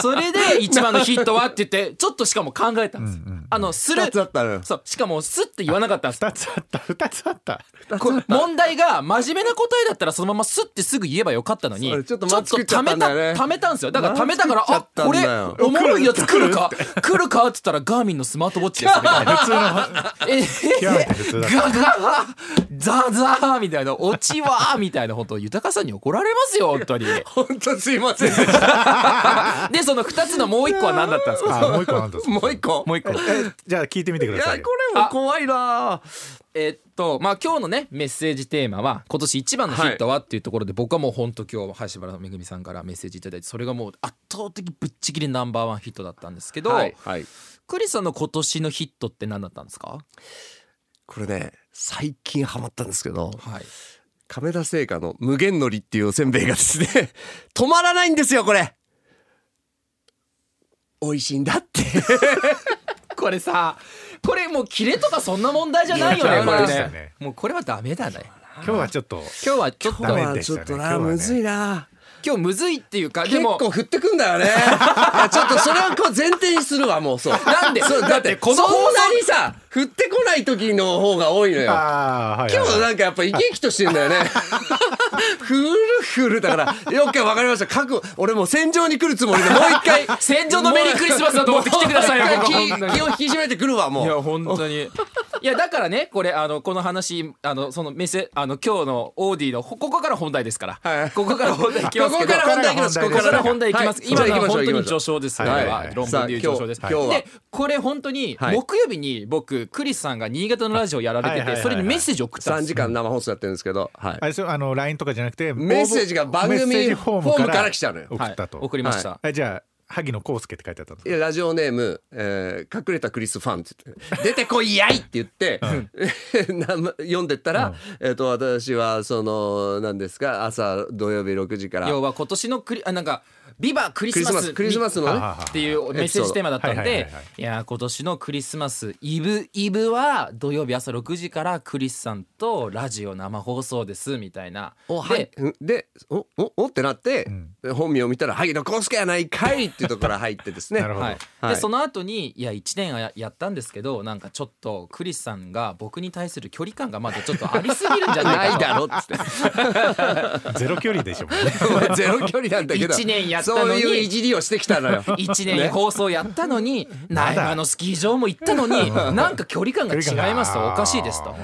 S3: それで一番のヒットはって言ってちょっとしかも考えたんですよ
S1: うんうんうん
S3: あのする
S2: 二つあったのよ
S3: そうしかもスッて言わなか ったんです
S1: 2つあった2つあった
S3: こ問題が真面目な答えだったらそのままスッてすぐ言えばよかったのに
S2: それ
S3: ち
S2: ちょ
S3: ょ
S2: っ
S3: っと
S2: と間作っちゃ
S3: た
S2: っ
S3: め
S2: たん
S3: た
S2: だよね
S3: ためたんですよだからためたから
S2: 間作っちゃ
S3: あ
S2: った
S3: こ
S2: んだ
S3: れ
S2: よ
S3: おもろいやつ来るか来るかって言ったらガーミンのスマートウォッチですみ たいな
S1: 普通の
S3: え
S1: 極めて普通だ
S3: ガ
S1: った
S3: ガガザザーみたいな落ちはみたいな本当豊かさんに怒られますよ本当に
S2: 本当すいませんでした
S3: でその2つのもう1個は何だったんですか
S1: あもう一個なんだ
S2: もう一個
S3: もう1個
S1: じゃあ聞いてみてく
S2: い
S1: だ
S2: や
S1: さい
S2: これも怖いな
S3: えっとまあ今日のねメッセージテーマは今年一番のヒットはっていうところで、僕はもう本当今日橋原めぐみさんからメッセージいただいてそれがもう圧倒的ぶっちぎりナンバーワンヒットだったんですけど、
S2: はいはい
S3: クリさんの今年のヒットって何だったんですか？
S2: これね最近ハマったんですけど
S3: はい。
S2: 亀田製菓の無限のりっていうおせんべいがですね 止まらないんですよこれ美味しいんだって
S3: これさ、これもうキレとかそんな問題じゃないよ
S2: い
S3: ね
S2: や
S3: こ
S2: ダメ
S3: れ
S2: で
S1: した
S3: ね
S1: ね。
S3: もうこれはダメだね。
S1: 今日はちょっと
S3: 今日はちょっと
S1: ダメ
S2: まあ
S1: でした
S2: ち
S1: ね
S2: ょっと
S1: 今日
S2: な
S1: はね
S2: むずいな
S3: 今日むずいっていうかで
S2: 結
S3: も。
S2: 構振ってくんだよ ねいやちょっとそれをこう前提にするわもうそう
S3: なんで
S2: そうだ
S3: だっ
S2: ってて
S3: こ
S2: こ
S3: の
S2: の
S3: 放
S2: そ
S3: 送
S2: んなにさ振ってこない時の方が多いのよ
S1: ああはいはい
S2: 今
S1: はい
S2: 日なんかやっぱ生き生きとしてんだ よね。ふるふるだから、よくわかりました。覚悟、俺もう戦場に来るつもりで、もう一回。
S3: 戦場のメリークリスマスだと思って来てくださいよ
S2: もう一
S3: ここ
S2: 回
S3: 本当に
S2: 気気を引き締めてくるわ、もう。
S3: いや本当に いやだからねこれあのこの話あのそのメセあの今日のオーディのこここから本題ですから、
S2: はい
S3: ここから本題いきますけ
S2: こ
S3: ど
S2: こから本題いきます
S3: ここから本題いきます、
S2: はい
S3: 今
S2: じ
S3: のは
S2: ゃあ行きましょ
S3: 本
S2: う
S3: 当
S2: 行きましょ
S3: に
S2: う
S3: 序章です、
S1: はい
S3: これは
S1: はい
S3: 論文でいう
S2: さあ
S3: 序章です
S2: 今日は
S3: でこれ本当に
S2: はい
S3: 木曜日に僕クリスさんが新潟のラジオやられて
S1: は
S3: て、
S1: いはいはいはい
S3: それにメッセージ送ったん
S2: 3
S3: です
S2: 時間生放送やってるんですけど、は
S1: あ
S2: い
S1: れでしょあの LINE とかじゃなくて
S2: メッセージが番
S1: メ
S2: 組
S1: ッセージフォームか
S2: フォーム
S1: ら
S2: から来たのよ
S1: 送ったと、
S3: はい、送りました、
S1: えじゃあ萩野公介って書いてあったの
S2: いやラジオネーム、えー隠れたクリスファン」って言って「出てこいやい!」って言って、 なま読んでったら、えー、と私はその何ですか朝土曜日6時から
S3: 要は今年のクリあなんかビバクリ
S2: ク
S3: ス
S2: リス
S3: マ
S2: マ
S3: ス
S2: スクリスマスのね
S1: あああ
S3: っていうメッセージテーマだった
S1: はい
S3: ん
S1: はい
S3: で
S1: はいはい
S3: いやー今年のクリスマスイブイブは土曜日朝6時からクリスさんとラジオ生放送ですみたいな
S2: おはい
S3: で、
S2: うんでおおおってなって、
S1: ん
S2: 本名を見たら「萩野公介やないかい!」っていうところから入ってですね
S1: なるほど
S3: はい
S2: は
S3: で
S2: い
S3: その後にいや1年はややったんですけどなんかちょっとクリスさんが僕に対する距離感がまだちょっとありすぎるんじゃな
S2: ないい
S3: か
S2: だろっつって
S1: ゼロ距離でしょもうね
S2: お前ゼロ距離なんだけど
S3: 一年やったのに
S2: そういういじりをしてきたの よ
S3: 1年放送やったのに苗場のスキー場も行ったのになんか距離感が違いますとおかしいですと。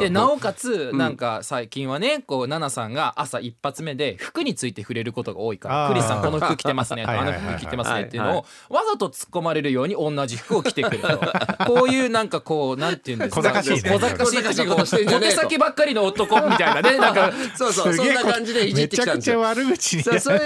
S3: でなおかつなんか最近はねこう奈々さんが朝一発目で服について触れることが多いか
S1: あ
S3: ら「
S1: ー
S3: クリスさんこの服着てますね」と
S1: は
S3: か「
S1: い
S3: あ
S1: はい
S3: の
S1: はいはい
S3: 服着てますね」っていう
S2: は
S3: のをわざと突っ込まれるように同じ服を着てくるとこういうなんかこうなんていうんですか
S1: 小賢しいね
S3: 小賢しい
S2: 小賢しいことしてんじ
S3: 小
S2: ゃねえ
S3: 手
S2: と
S3: 先ばっかりの男みたいなねなんか
S2: そうそうそんな感じでいじってきたんですよ
S1: めちゃくちゃ悪口に
S2: さあそれで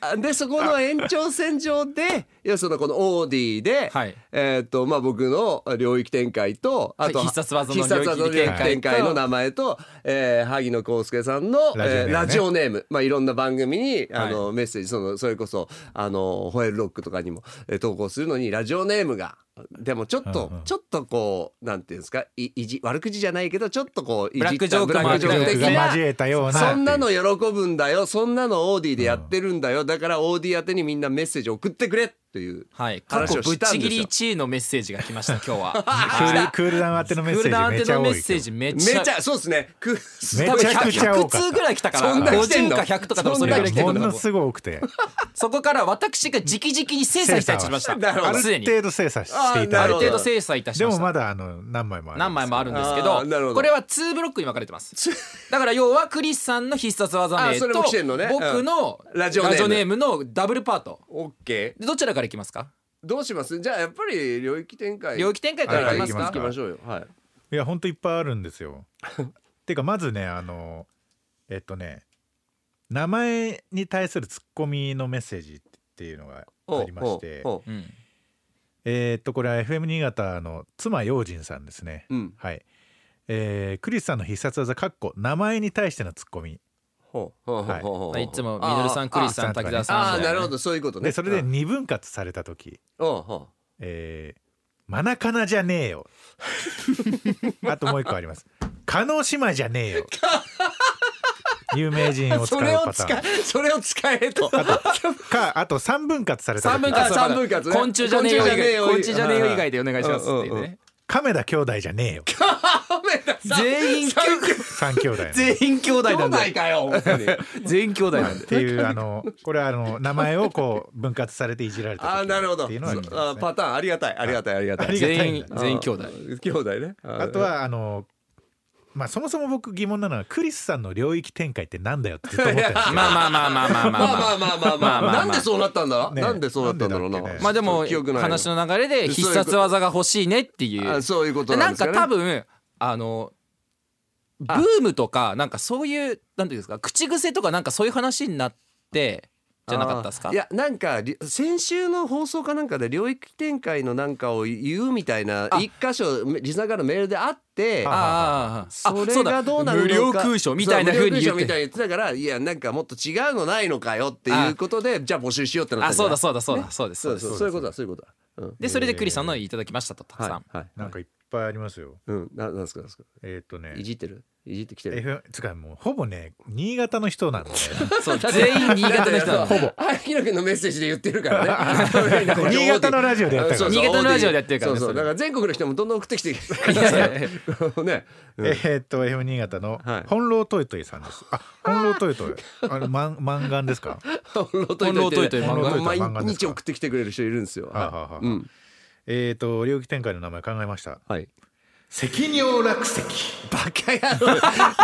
S2: あ でそこの延長線上で要するにこのオーディで、
S3: はい
S2: えー、とまあ僕の領域展開とあと、
S3: はい必殺技の領域
S2: 必殺技の領域
S3: 展
S2: 展
S3: 開
S2: 開
S3: と
S2: の名前と、えー、萩野公介さんの
S1: ラジオネームね
S2: えーラジオネームまあいろんな番組にあの、メッセージそのそれこそあのホエールロックとかにも、えー投稿するのにラジオネームがでもちょっと、
S1: うんうん
S2: ちょっとこうなんていうんですかいいじ悪口じゃないけどちょっとこういじった
S3: ブラックジョー
S2: ブ
S3: ク
S2: ラックジョーク的
S1: が
S2: な
S1: 交えたような
S2: そんなの喜ぶんだよそんなのオーディでやってるんだよ、だからオーディ宛てにみんなメッセージ送ってくれっていう
S3: はい過
S2: 話
S3: 去
S2: を
S3: ぶっ
S2: した
S3: ち
S2: んです
S3: ぎり
S2: よ。
S3: 1位のメッセージが来ました今日は。
S1: クールクールダウン宛てのメッ
S3: クー
S1: セ
S3: ルダウ
S1: ー
S3: ン
S1: ジめ
S3: 宛て
S1: ちゃ
S3: の
S1: 多
S3: メ
S1: い
S3: ッセージめっ
S2: め
S3: ちゃ
S2: ちゃそうですね。く
S1: め
S3: 多
S1: っ
S3: 分
S1: ちゃくちゃ多か
S3: 100
S1: った
S3: 通ぐらい来たから
S2: そんな来てん
S3: 50
S2: の
S3: か100とか多分そ
S2: そ
S3: れぐらい来てる
S1: も
S3: んだと
S1: の
S3: 思う
S1: すごい多くて
S3: そこから私が直々に精査いたしました
S1: 精
S2: 査はなるほ
S1: あ
S2: ど
S3: も
S1: る
S3: うすでに
S1: 程度精査していただ
S3: ある
S1: い
S2: ほど
S3: 程
S1: て
S3: 度精査いたし
S1: で
S3: ま
S1: も
S3: し
S1: ま
S3: た
S1: だあの何枚もある
S3: 何枚もあるん
S1: んで
S3: ですけ
S2: あーなる
S3: ど
S2: ほど
S3: これは2ブロックに分かれてますだから要はクリスさんの必殺技
S2: あ
S3: 名
S2: ーそ
S3: と
S2: れも来てんのねうん
S3: 僕のラ
S2: ラ
S3: ジ
S2: ジ
S3: オ
S2: オネーム
S3: ネームのダブルパート
S2: オッケ
S3: でどちらからいきますか
S2: ー。どうします？じゃあやっぱり領域展開。
S3: 領域展開
S1: か
S3: からら
S1: い
S3: い
S1: き
S3: き
S1: ま
S3: ますす
S1: か
S2: 行
S3: か
S2: きましょうよ。はい。
S1: すいやほん といっぱいあるんですよてかまずねあのえっとね名前に対するツッコミのメッセージっていうのがありまして
S2: おうおうおう
S3: うん
S1: えーっとこれは FM 新潟の妻用心さんですね、
S2: うん
S1: はい、えークリスさんの必殺技かっこ名前に対してのツッコミ
S2: ほうほうほうほうほう
S3: まあいつもミドルさんクリスさん
S1: あー
S3: 滝沢
S2: あ
S3: さ
S2: ーあ
S3: ん
S2: ー
S3: だ
S2: な
S3: よね
S2: るほどそういうことね
S1: でそれで
S2: うん
S1: 二分割された時
S2: おうほ
S1: 「えー、マナカナじゃねえ よ」あともう一個あります「加納姉妹じゃねえ よ」有名人を
S2: う
S1: 使
S2: そうれを
S1: パタ
S2: 使
S1: ーン
S2: えそれを使え と
S1: かあと三分割された時
S3: 三分割
S2: あ三分割ね
S3: 昆虫じゃねえよ以
S2: 昆虫じゃねえよ
S3: 外昆虫じゃねえよ以外でお願いしますっていう
S2: うんうんう
S3: ね
S1: 亀田兄弟じゃねえよ
S3: 全員
S1: 三兄弟の
S3: 全員兄弟なんだ
S2: 兄弟かよ
S3: 全員兄弟なん
S1: っ
S3: で
S1: ていうあのこれはあの名前をこう分割されていじられた時
S2: あーなるほど
S1: っ
S2: あ
S1: ていうのはありますね
S2: ーパターンありがたいありがたいありがたい
S1: りがたい
S3: 全員全員兄弟
S2: あー兄弟ね
S1: あとはあのまあそもそも僕疑問なのはクリスさんの領域展開ってなんだよってずっと思ってるんですよ
S3: まあまあまあまあまあま
S2: まあまあ
S3: あまあ
S2: まあまあまあ
S3: まあまあまあ
S2: なんでそうなったんだ
S1: ね
S2: なんでそうなったんだろう
S1: な
S2: な
S1: んでだっけね
S3: まあでも
S2: 記憶ない
S3: 話の流れで必殺技が欲しいねっていう
S2: あそういうこと
S3: で
S2: な
S3: なんん
S2: ですか
S3: か
S2: ね
S3: 多分あのブ
S2: あ
S3: ームとかなんかそういうなんていうんですか口癖とかなんかそういう話になってじゃなかったですか
S2: あーいやなんかり先週の放送かなんかで領域展開のなんかを言うみたいな
S3: あ
S2: 一箇所リスナーからのメールであって
S1: あ
S3: ああ
S2: それがどうなるのか
S3: 無料空所みたいな
S2: ふ
S3: 風
S2: う無
S3: に
S2: 料
S3: 言
S2: 空所
S3: っ
S2: みたいに言っ
S3: て
S2: てたからいやなんかもっと違うのないのかよっていうことでじゃあ募集しようってなった
S3: あそうだ
S2: う
S3: そうだそうだそうです
S2: そ
S3: そうう
S2: で
S3: ですす
S2: そういうことだそういうことだうん
S3: でそれでクリさんのいただきましたとたくさん、
S2: はいはい
S1: なんかいっぱいありますよ
S2: うんななんですかなんですか
S1: えっとね
S2: いじってるいじってきてる
S1: F つうかもうほぼね新潟の人なんで
S3: そ う全員新潟の人なの
S2: ほぼひろ君のメッセージで言ってる からねそういうのこれ
S1: 新潟のラジオでやったか
S2: そう
S1: ら
S2: そう
S3: 新潟のラジオでやってるからね
S2: そうそう
S3: それ
S2: だから全国の人もどんどん送ってきてねうん
S1: えっと F 新潟の
S2: はい
S1: 本郎トイトイさんですあ本郎トイトイあれマンマンガンですか
S2: 本当
S3: 本
S2: に
S3: 能といという漫
S1: 本能と
S3: 画
S1: いとい
S2: 毎
S1: 漫画です
S2: 日
S1: か
S2: 送ってきてくれる人いるんですよ
S1: はあはあはあ
S2: うん
S1: えっと領域展開の名前考えました
S2: はい
S1: 赤尿落石
S2: バカ野郎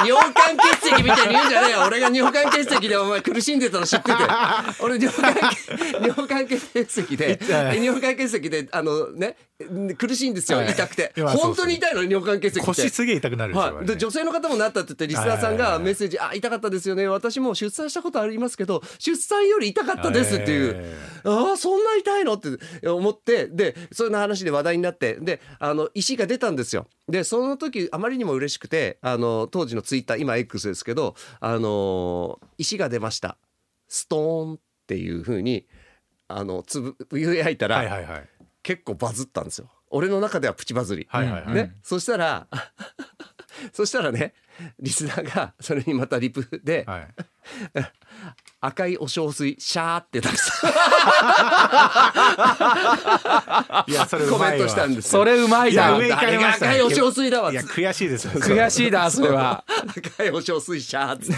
S2: 尿管結石みたいに言うんじゃねえよ俺が尿管結石でお前苦しんでたの 知ってて俺尿管尿管結石で尿管結石であのね苦しいんですよ痛くて
S1: いやそうそう
S2: 本当に痛いの尿管結石って
S1: 腰すげえ痛くなるんですよあ
S2: は
S1: れ
S2: い、
S1: ね
S2: で女性の方もなったって言ってリスナーさ
S1: はいは
S2: ん
S1: いはい
S2: が
S1: はい
S2: メッセージ「あ痛かったですよね私も出産したことありますけど出産より痛かったです」っていう
S1: え
S2: 「ああそんな痛いの?」って思ってでそんな話で話題になってであの石が出たんですよ。でその時あまりにも嬉しくてあの当時のツイッター今 X ですけど「あの石が出ましたストーン」っていうふうにあのつぶ呟いたら、
S1: はいはいはい
S2: 結構バズったんですよ俺の中ではプチバズり、
S1: はいはいはい
S2: ね、そしたら そしたらねリスナーがそれにまたリプで、
S1: はい
S2: 赤いお小水シャーってたくさん
S1: いやそれう
S2: コ
S1: ま
S2: メン
S1: いわ
S2: トしたんです
S3: そ
S2: よ
S3: れうまいない
S1: や上行か
S2: あ
S1: れ
S2: れ
S1: ま
S2: が
S1: した
S2: 赤いお小水だわ
S1: いや悔しいですよ
S3: 悔しいなそれは
S2: 赤いお小水シャーっつっ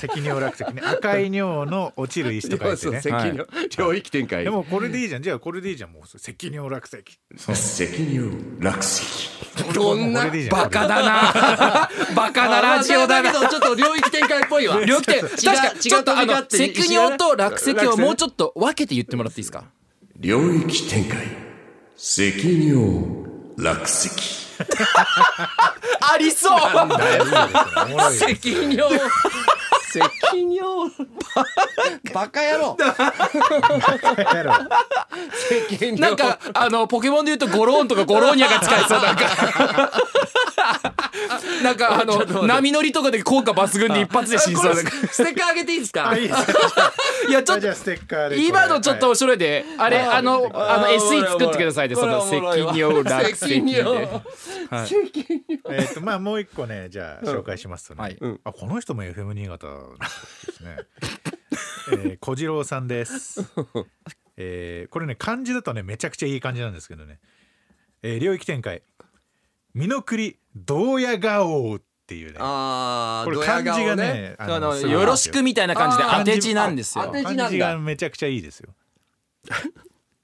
S2: て
S1: 赤尿落石ね赤い尿の落ちる石と書いて
S2: そう
S1: ね
S2: 責任領域展開
S1: でもこれでいいじゃんじゃあこれでいいじゃんもう赤尿落石
S2: どん
S1: こ
S2: な
S1: れでいいじゃん
S3: バカだなバカなラジオだ
S2: あま
S3: な
S2: あだけどちょっと領域展開っぽいわ
S3: 両手確
S2: 違う
S3: かちょっとあ
S2: 違う
S3: の
S2: 飛び交って
S3: 赤尿と落石をもうちょっと分けて言ってもらっていいですか
S4: 領域展開赤尿落石
S3: ありそう
S2: 赤尿 赤尿バカ野郎赤尿
S3: なんかあのポケモンで言うとゴローンとかゴローニャが使えそうなんか なんかあの波乗りとかで効果抜群で一発で死にそう
S2: これ
S3: なんか
S2: ステッカーあげていいですか
S3: いやちょっ
S1: じ
S3: と
S1: ゃあステッカーで
S3: 今のちょっと面白いで、あれ、あの、あの、
S2: あー
S3: SE 作ってくださいで、
S2: こ
S3: そ
S2: れは
S3: の
S2: おも
S3: 責
S2: ろいわ
S3: 任を落
S2: 責
S3: 石
S2: 任を
S3: で。
S1: えっとまあもう一個ねじゃあ紹介しますと
S3: は
S1: ね
S3: い
S1: あこの人も FM 新潟ですね えー小次郎さんですえーこれね漢字だとねめちゃくちゃいい感じなんですけどねえー領域展開「身の栗どうや顔」っていうね
S2: あ
S1: これ漢字がねあの
S3: あの、
S1: すごい
S3: よろしくみたいな感じで
S2: あ
S1: ー
S3: 当て字なんです
S2: あ当。
S3: よ
S2: て字なんだ
S1: 漢字がめちゃくちゃいいですよ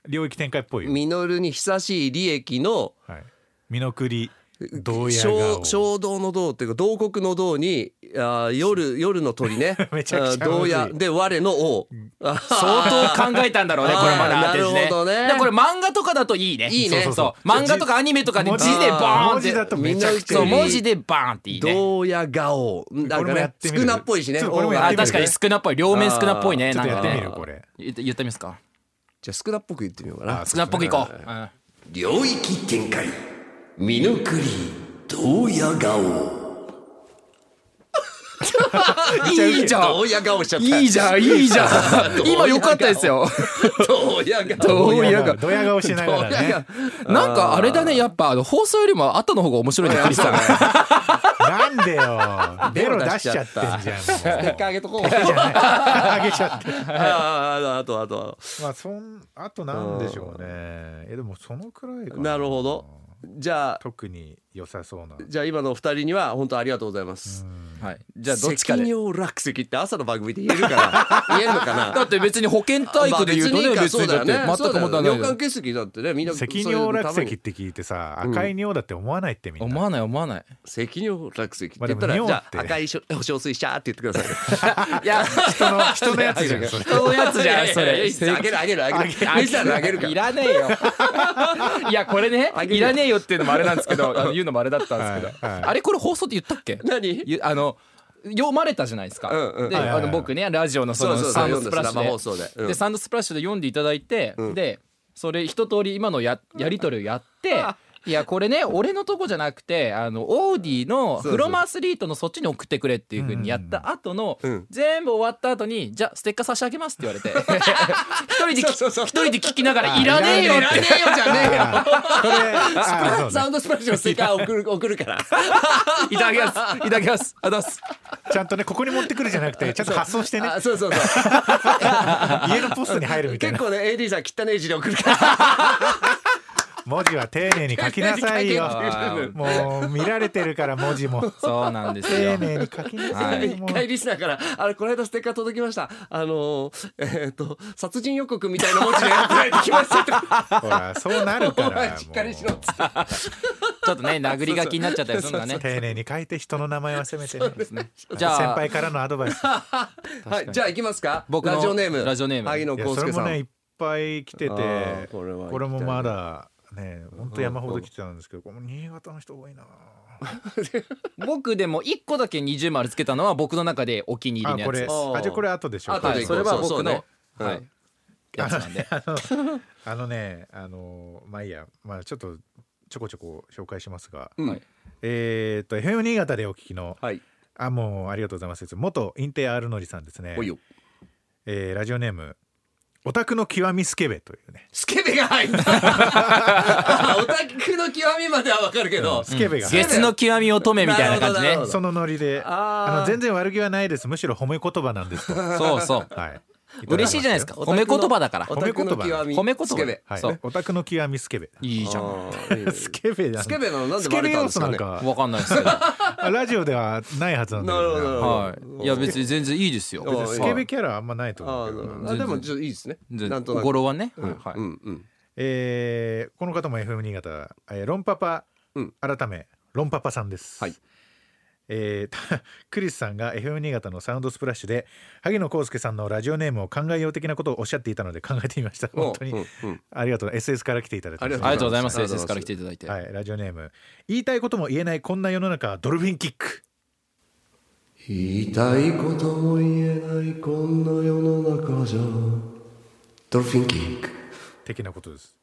S1: 領域展開っぽいよ
S2: ミノルに久しい利益の
S1: はい、身の栗どうや
S2: 衝
S1: 顔
S2: 衝動の動っていうか同国の動にあー夜夜の鳥ね
S1: めちゃくちゃ
S2: あー動
S1: む
S2: や
S1: ずい
S2: で我の王あ
S3: 相当考えたんだろうね、これまだ
S2: あー
S3: 当て字
S2: なるほどね
S3: だからこれ漫画とかだといいね。
S2: いいね
S3: そうそうそう漫画とかアニメとかで字でバーン
S1: 文
S3: っ
S1: 字だ
S3: て。
S1: とめちゃくちゃ
S3: そう、
S1: いい
S3: 文字でバーンっていいね。
S2: どうや顔なん
S1: こ
S2: か
S1: れもや
S2: ね
S1: ってみる
S2: 少なっぽいしね
S1: ちょっとこれもやっ
S3: あ
S1: てみる
S3: 確かに少なっぽい両面少なっぽいね
S1: ちょ
S3: な
S1: っ
S3: ん
S1: と
S3: か
S1: やってみる
S3: ね
S1: これ
S3: 言って言ってみますか
S2: じゃあ少なっぽく言ってみようかな
S1: あ
S3: 少なっぽくいこう、うん
S4: 領域展開見ぬくりどうや顔
S3: いいじゃん
S2: どうや顔しちゃった
S3: いいじゃんいいじゃん 今良かったですよ
S2: どうや
S3: ど
S2: 顔
S3: うや顔
S1: ドヤ顔しながらね
S3: なんかあれだねやっぱあの放送よりも後の方が面白いねクリスさん
S1: なんでよベロ出しちゃってんじゃん
S2: ステッカーあげとこうあ
S1: あげちゃって
S2: ーあーあとあと
S1: まあそんあとなんでしょうねえでもそのくらいか
S2: なるほどじゃあ
S1: 特に良さそうな
S2: じゃあ今のお二人には本当ありがとうございます
S3: はい、じゃあどっちか
S2: 責
S3: で
S2: 任を落石って朝の番組で言えるか な言えるのかな
S3: だって別に保健体育で言うとね
S2: まあ
S3: 別にだって全く問題ない
S2: 尿管結石だってねみんな
S1: 赤尿落石っ
S2: 石
S1: て聞いてさ赤い尿だって思わないってみん
S3: 思
S1: な
S3: わない思わない
S2: 赤尿落石って
S1: まあ
S2: 言
S1: で
S2: っ
S1: も
S2: たら、
S1: 尿
S2: じゃ
S1: って
S2: あ赤いしょお小水シャーって言ってください
S3: いや
S1: 人の人のやつじゃ んそれ
S3: 人のやつじゃんそ
S2: いやいや
S3: れ
S2: いやあげるあげるあげる
S3: あ
S2: ゆうじさんのあげるから
S3: いらねえよいやこれね
S2: あげる
S3: いらねえよっていうのもあれなんですけどあの言うのもあれだったんですけど、
S1: はいはい
S3: あれこれ放送で言ったっけ
S2: 何
S3: ゆあの読まれたじゃないですか、
S2: うんうん
S3: で、
S1: はいはい
S3: あの僕ねラジオのその
S2: そうそうそう
S3: サウンドスプラッシュ
S2: 読ん
S3: で
S2: だ生放送でうん
S3: サウンドスプラッシュで読んでいただいて、でそれ一通り今のややり取りをや って。いやこれね俺のとこじゃなくてあのオーディの
S2: そうそう
S3: フロマアスリートのそっちに送ってくれっていうふうにやった後の
S2: ん
S3: 全部終わった後にじゃあステッカー差し上げますって言われ て一人でき
S2: そうそう
S3: 一人で聞きながらいらねえよ
S2: い
S3: っ
S2: らね
S3: て
S2: えよじゃねえ
S1: これ
S2: よ
S1: あそうね
S2: サウンドスプラッシュのステッカー送る送るから
S3: いただきますいただきますあざっす
S1: ちゃんとねここに持ってくるじゃなくてちゃんと発送してね
S2: あそうそうそう
S1: 家のポストに入るみたい
S2: 結
S1: な
S2: 構ね AD さん汚ねえ字で送るから
S1: 文字は丁寧に書きなさいよ
S2: 丁寧に書いてる
S1: もう見られてるから文字も
S3: そうなんです
S1: 丁
S3: よ
S1: 寧に書きなさいよもう
S2: 一回リスナーから「あれこの間ステッカー届きましたあのーえっ、と殺人予告みたいな文字で送られてきました」とか
S1: ほらそうなる
S2: 「お
S1: か
S2: 前
S1: ら
S2: しっかりしろ」っつって
S3: ちょっとね殴り書きになっちゃったりするんだ
S1: も
S3: ね
S1: う丁寧に書いて人の名前はせめてね
S3: じゃあ
S1: 先輩からのアドバイ ス
S2: はい、じゃあ行きますか。
S3: 僕の
S2: ラジオネーム。
S3: ラジオネーム
S2: 萩野
S1: いや
S2: 公
S1: そ
S2: 介
S1: れ
S2: さ
S1: も
S2: ん。
S1: ねいっぱい来てて
S2: あ
S1: こ
S2: ー
S1: れ
S2: これは行きたいね
S1: もまだね本当山ほど来てたんですけどこの新潟の人多いな
S3: 僕でも1個だけ20丸つけたのは僕の中でお気に入
S1: あ
S3: りのや
S1: こ
S3: つで
S1: れ
S3: す
S2: あー
S1: あじゃあこれ後でしょう
S2: 後
S3: は
S2: で
S3: い
S2: 行こ
S3: そうれは僕の
S2: そうね
S3: はいやつなんで
S1: あのねあのまあいいやまあちょっとちょこちょこ紹介しますが
S2: うん
S3: はい
S1: えーっと FM 新潟でお聞きの
S2: はい。
S1: あもうありがとうございます元インテアールのりさんですね
S2: おいよ。
S1: えーラジオネームオタクの極みスケベというね
S2: スケベが 入った。オタクの極みまではわかるけど。
S1: スケベが入って
S3: 月の極み乙女みたいな感
S2: な
S3: じ
S2: る
S3: ね
S2: ほど
S1: そのノリで
S2: あー
S1: あの全然悪気はないですむしろ褒め言葉なんです とは
S3: そうそう
S1: い
S3: 嬉しいじゃないですか褒め言葉だから
S2: オタクの極み。
S3: 褒め言葉
S2: スケベ。
S1: はい
S3: そう
S1: オタクの極みスケベ
S3: いいじゃん
S1: スケベだ
S2: スケベなのなんで
S1: スケ
S2: バ
S1: ベ
S2: レたん
S1: 要
S2: です
S1: 素
S2: か
S1: な
S2: ね
S1: んか
S3: わかんないですけど
S1: ラジオではないはずなんだけど
S2: なるほど
S3: は
S2: う
S3: いいや別に全然いいですよ
S2: うん
S1: スケベキャラあんまないと
S2: あ
S1: 思うけど
S2: ーあでもちょっといいですね。な
S3: なんん
S2: と
S3: と
S2: なく。
S3: 語呂はねはい
S2: うんうん。
S1: えーこの方も FM 新潟、えーロンパパ、
S2: うん
S1: 改めロンパパさんです、
S2: はい
S1: えーたクリスさんが FM 新潟のサウンドスプラッシュで萩野公介さんのラジオネームを考えよう的なことをおっしゃっていたので考えてみました
S2: お
S1: 本当に、
S2: うんうん
S1: ありがとう SS から来ていただいて
S2: ありが
S3: ありがとうございま
S2: あ
S3: す
S2: りがとうございます
S3: SS から来ていただいて
S1: はい、ラジオネーム言いたいことも言えないこんな世の中ドルフィンキック
S4: 言いたいことも言えないこんな世の中じゃドルフィンキング
S1: 的なことです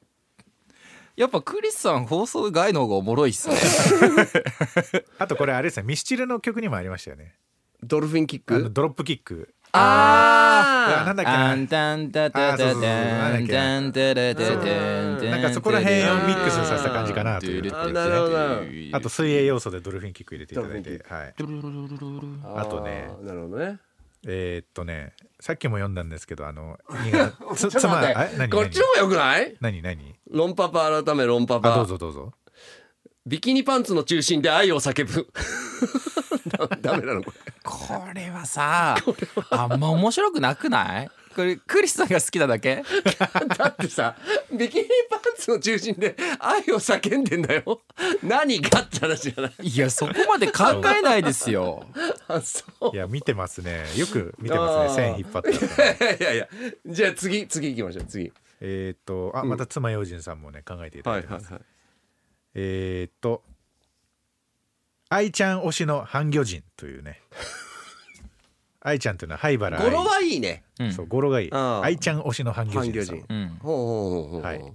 S3: やっぱクリスさん放送外の方がおもろいっすね
S1: あとこれあれですねミスチルの曲にもありましたよね
S2: ドルフィンキッ
S1: あの
S2: ク。
S1: ドロップキック
S3: あ
S1: あなんだっけな
S3: あんたんたたたたんたんたらたたんた
S1: なんかそこら辺をミックスさせた感じかなという
S2: あなるほどなるほど
S1: あと水泳要素でドルフィンキック入れていただい
S2: ドル
S1: て、はい、
S2: あ
S1: あとね
S2: ー。なるほどね。
S1: えーっとねさっきも読んだんですけどあの新潟つ
S2: ちょっ
S1: つ
S2: と
S1: ま
S2: 待
S1: え
S2: って
S1: 何
S2: こっちの方がよくない？
S1: 何何何
S2: ロンパパ改めロンパ
S1: あど
S2: パ
S1: う。ぞどうぞ
S2: ビキニパンツの中心で愛を叫 ぶ。 ダダメなのこれ。
S3: これはさあんま面白くなくないこれクリスさんが好きなだけ
S2: だってさビキニパンツの中心で愛を叫んでんだよ何がって話じゃない
S3: いやそこまで考えないですよ
S2: あそう
S1: いや見てますねよく見てますね
S2: あー
S1: 線引っ張ったら
S2: いやいやいやじゃあ次次行きましょう次
S1: えーっとあまた妻用心さんもね考えていただいてます、
S2: はい
S1: えーっと愛ちゃん推しの半魚人というね愛ちゃんというのは灰原
S2: 語
S1: 愛
S2: 呂はいいね
S3: うん
S1: そう語呂がいい
S2: あー
S1: 愛ちゃん推しの半魚
S2: 半魚
S1: 人さん
S2: 人
S3: うん
S2: ほうほうほうほう、
S1: はい
S3: い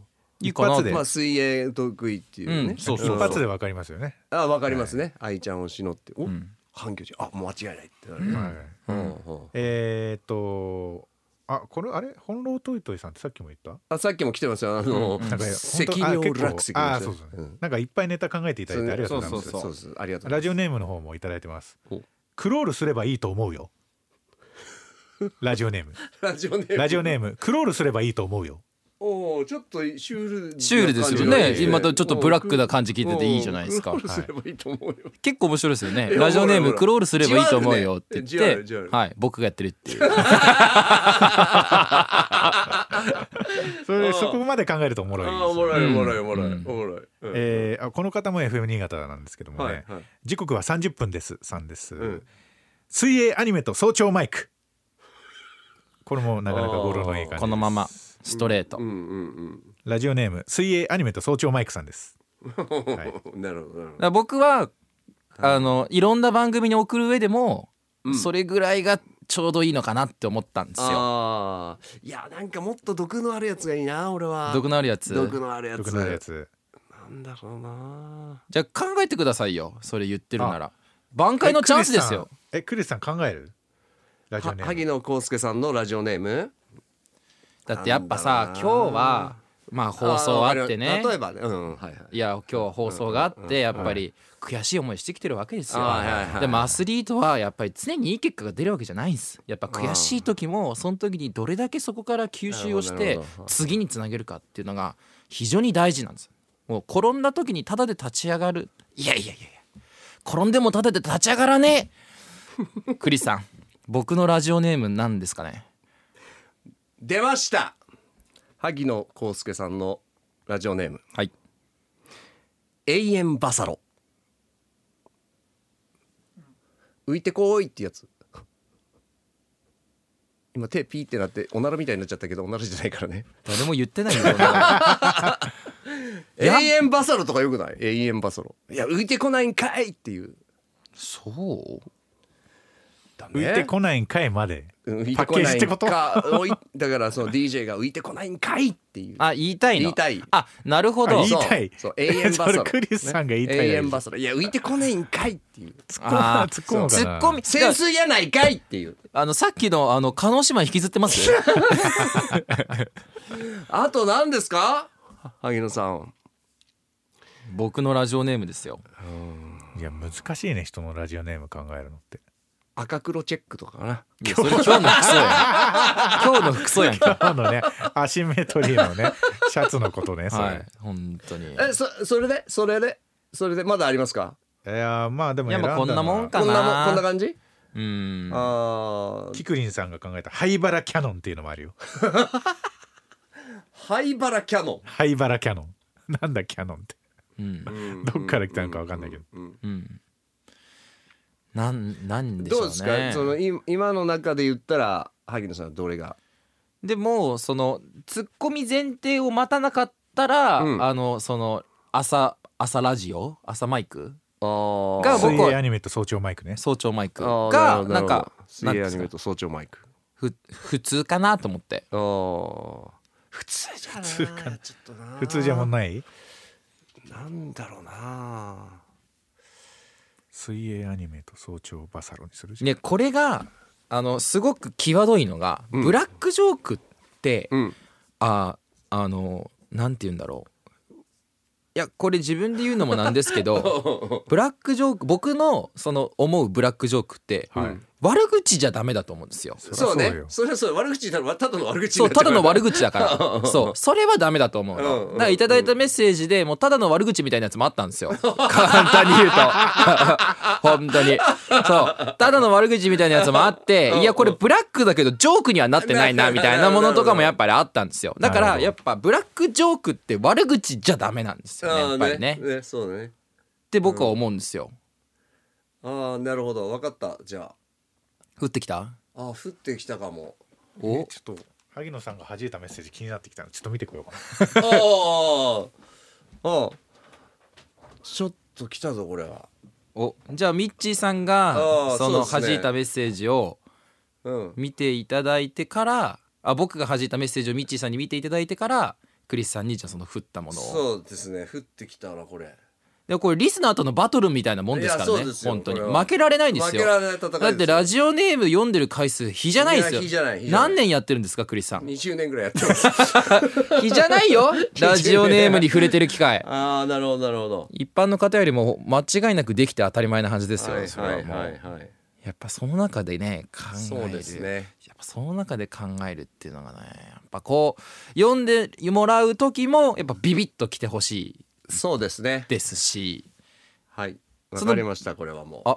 S3: い
S1: 一
S3: かな
S1: 発で、
S2: まあ水泳得意っていうね、
S3: うんそう
S1: 一
S3: そう
S1: 発でわかりますよね、
S2: あわかりますね、愛ちゃんをしのってお、
S3: ん
S2: 反響時あもう間違いないってなる、
S1: はい
S2: うんうん
S1: えーっとあこれあれ本郎トイトイさんってさっきも言った
S2: あさっきも来てますよあの、
S1: なんか
S2: 責
S1: 本当
S2: 任を
S1: あ
S2: 落
S1: 結構
S2: 落席
S1: あーそうそう、なんかいっぱいネタ考えていただいてありがとうございます
S3: そうそうそう
S2: ですありがとうござ
S1: ラ
S2: い
S1: ジオネームの方もいただいてます
S2: お。
S1: クロールすればいいと思うよ。ラジオネーム。
S2: ますラジオネーム
S1: ラジオネーム。クロールすればいいと思うよ。
S2: おーちょっとシュール
S3: シュールですよ
S2: な感
S3: ね
S2: じが
S3: またちょっとブラックな感じ聞いてていいじゃないですか
S2: うんクロールすればいいと思うよ、
S3: 結構面白いですよね
S2: いや
S3: ラジオネー
S2: ほらほ
S3: ム
S2: ら
S3: クロールすればいいと思うよって
S2: ジュア
S3: 言
S2: ルねジュア
S3: っ
S2: ル
S3: てはい僕がやってるっていう
S1: それそこまで考えるとおもろい
S2: あ
S1: ですよ
S2: ーおもろいおもろい
S3: うん
S2: おもろい、
S3: うん
S2: おもろい、うん
S1: えーあこの方も FM 新潟なんですけどもね、
S2: はいはい
S1: 時刻は30分ですさんです、
S2: ん
S1: 水泳アニメと早朝マイクこれもなかなか語呂のいい感じです
S3: このままストレート
S2: うんうん
S1: ラジオネーム水泳アニメと早朝マイクさん です
S2: うん、
S1: はい
S2: なるほどなるほ
S3: だから僕はあのいろんな番組に送る上でも、それぐらいがちょうどいいのかなって思ったんです
S2: ど
S3: よ
S2: ああいやなんかもっと毒のあるやつがいいな俺は
S3: 毒のあるやつ
S2: 毒のあるや
S1: 僕
S2: つ
S1: のやつ
S2: なんだろうな
S3: じゃあ考えてくださいよそれ言ってるなら挽回のチャンスですよ
S1: えクリスさんえクリスさん考えるラジオ
S2: は
S1: ネーム
S2: 萩野公介さんのラジオネーム
S3: だってやっぱ
S2: な
S3: さ
S2: んだろうな
S3: 今日はまあ放送あってね
S2: 例えばねうんはいはい
S3: いや今日は放送があってやっぱり悔しい思いしてきてるわけですよ
S2: はいはいはい
S3: でもアスリートはやっぱり常にいい結果が出るわけじゃないんですやっぱ悔しい時もその時にどれだけそこから吸収をし
S2: なる
S3: て
S2: ほどなるほど
S3: 次につなげるかっていうのが非常に大事なんですもう転んだ時にただで立ち上がるいやいやいやいや転んでもただで立ち上がらね えクリスさん僕のラジオネームなんですかね
S2: 出ました萩野公介さんのラジオネーム
S3: はい
S2: 永遠バサロ浮いてこいってやつ 今手ピーってなっておならみたいになっちゃったけどおならじゃないからね
S3: 誰も言ってないよな
S2: 永遠バサロとかよくない永遠バサロいや浮いてこないんかいっていう
S3: そう
S2: ダメ
S1: 浮いてこないんかいまで
S2: 浮い
S1: パ
S2: て
S1: ッ
S2: こ
S1: ケー
S2: な
S1: ジ
S2: い
S1: っ
S2: ん
S1: てこと
S2: か おいだからその DJ が浮いてこないんかいっていう
S3: あ言いたいの
S2: 言いたい
S3: あなるほ
S1: あ
S3: ど
S1: 言いたい
S2: そうそう永遠バサロ
S1: それクリスさんが言いたい
S2: 永遠バサロいや浮いてこないんかいっていう
S3: あー
S1: 突っ込むか
S3: ツ
S1: な
S3: ッコミ
S2: 潜水やないかいっていう
S3: あのさっきのあの加納姉妹引きずってます
S2: あと何ですか萩野さん
S3: 僕のラジオネームですよ
S1: いや難しいね人のラジオネーム考えるのって
S2: 赤黒チェックとかかない
S3: やそれ今日の服装やん今日の服装やんけ
S1: 今日のねアシンメトリーのねシャツのことねそれ、
S3: はい本当に
S2: えそそれでそれでそれでまだありますか
S1: いやーまあでも
S3: いや
S1: 選んだ
S3: まあこんなもんか
S2: こんなもん
S3: な
S2: こんな感じ
S3: うん
S2: あー
S1: キクリンさんが考えた灰原キャノンっていうのもあるよ
S2: 灰原キャノ
S1: 灰原キャノン なんだキャノンって
S3: うん
S2: ン
S1: どっから来たのかわかんないけど、
S3: うんなんなんでし
S2: どう
S3: ょ
S2: です
S3: う
S2: か
S3: ね
S2: そのい今の中で言ったら萩野さんはどれが
S3: でもそのツッコミ前提を待たなかったら、
S2: うん
S3: あのその朝朝ラジオ朝マイク
S2: が
S3: が僕
S1: 水泳アニメと早朝マイクね
S3: 早朝マイク
S2: あー
S3: が
S2: るほど
S3: なん
S2: る
S3: か
S2: ほど水
S3: なん
S2: 泳
S3: で
S2: ア
S3: す
S2: ニ
S3: か
S2: メと早朝マイク
S3: ふ普通かなと思って
S2: あー普通じゃな
S1: 普通かな
S2: ちょっとな
S1: 普通じゃもんない
S2: なんだろうな
S1: 水泳アニメと早朝バサロにするじゃん、
S3: ねこれがあのすごく際どいのが、ブラックジョークって、
S2: うん
S3: ああのなんて言うんだろういやこれ自分で言 うのもなんですけどブラックジョーク僕のその思うブラックジョークって、
S1: はい
S3: 悪口じゃダメだと思うんですよ。
S1: りゃ
S2: そう
S1: そう
S2: ね
S1: よ
S2: それはそう悪口言ったらただの悪口
S3: そう
S2: になっ
S3: た
S2: ちゃ
S3: だ
S2: う
S3: の悪口だからそうそれはダメだと思うの、
S2: うんうん
S3: だからいただいたメッセージでもうただの悪口みたいなやつもあったんですよ簡単に言うと 本当にそうただの悪口みたいなやつもあっていやこれブラックだけどジョークにはなってないなみたいなものとかもやっぱりあったんで すよだか
S1: なる
S3: ら
S1: ほど
S3: やっぱブラックジョークって悪口じゃダメなんですよねやっぱりね
S2: あーねねそうだね
S3: って僕は思うんですよ
S2: ああなるほど分かったじゃ
S3: 降ってきた
S2: ああー降ってきたかも
S3: お
S1: ちょっと萩野さんが弾いたメッセージ気になってきたのでちょっと見てこようかな
S2: あーあーちょっと来たぞこれは
S3: おじゃあミッチーさん
S2: あ
S3: が
S2: ー
S3: その
S2: そうです
S3: 弾
S2: ね
S3: いたメッセージを
S2: うん
S3: 見ていただいてからあ僕が弾いたメッセージをミッチーさんに見ていただいてからクリスさんにじゃあその振ったものを
S2: そうですね降ってきたなこれ
S3: でこれリスナーとのバトルみたいなもんですから
S2: いやそう
S3: ね
S2: ですよ
S3: 本当に
S2: これは
S3: 負けられないんです
S2: 負け
S3: よ
S2: られない戦いです
S3: だってラジオネーム読んでる回数比じゃないですよ
S2: いや比じゃない比じゃない
S3: 何年やってるんですかクリスさん
S2: 20年ぐらいやってます
S3: 比じゃな いよラジオネームに触れてる機会
S2: ああなるほどなるほど
S3: 一般の方よりも間違いなくできて当たり前なはずですよ、
S2: はい
S3: それは
S2: はい
S3: もう
S2: はいはい
S3: やっぱその中でね考える
S2: そうですね
S3: やっぱその中で考えるっていうのがねやっぱこう読んでもらう時もやっぱビビッと来てほし
S2: そうですね
S3: いですし
S2: はいわ
S3: その
S2: かりましたこれはもう
S3: あ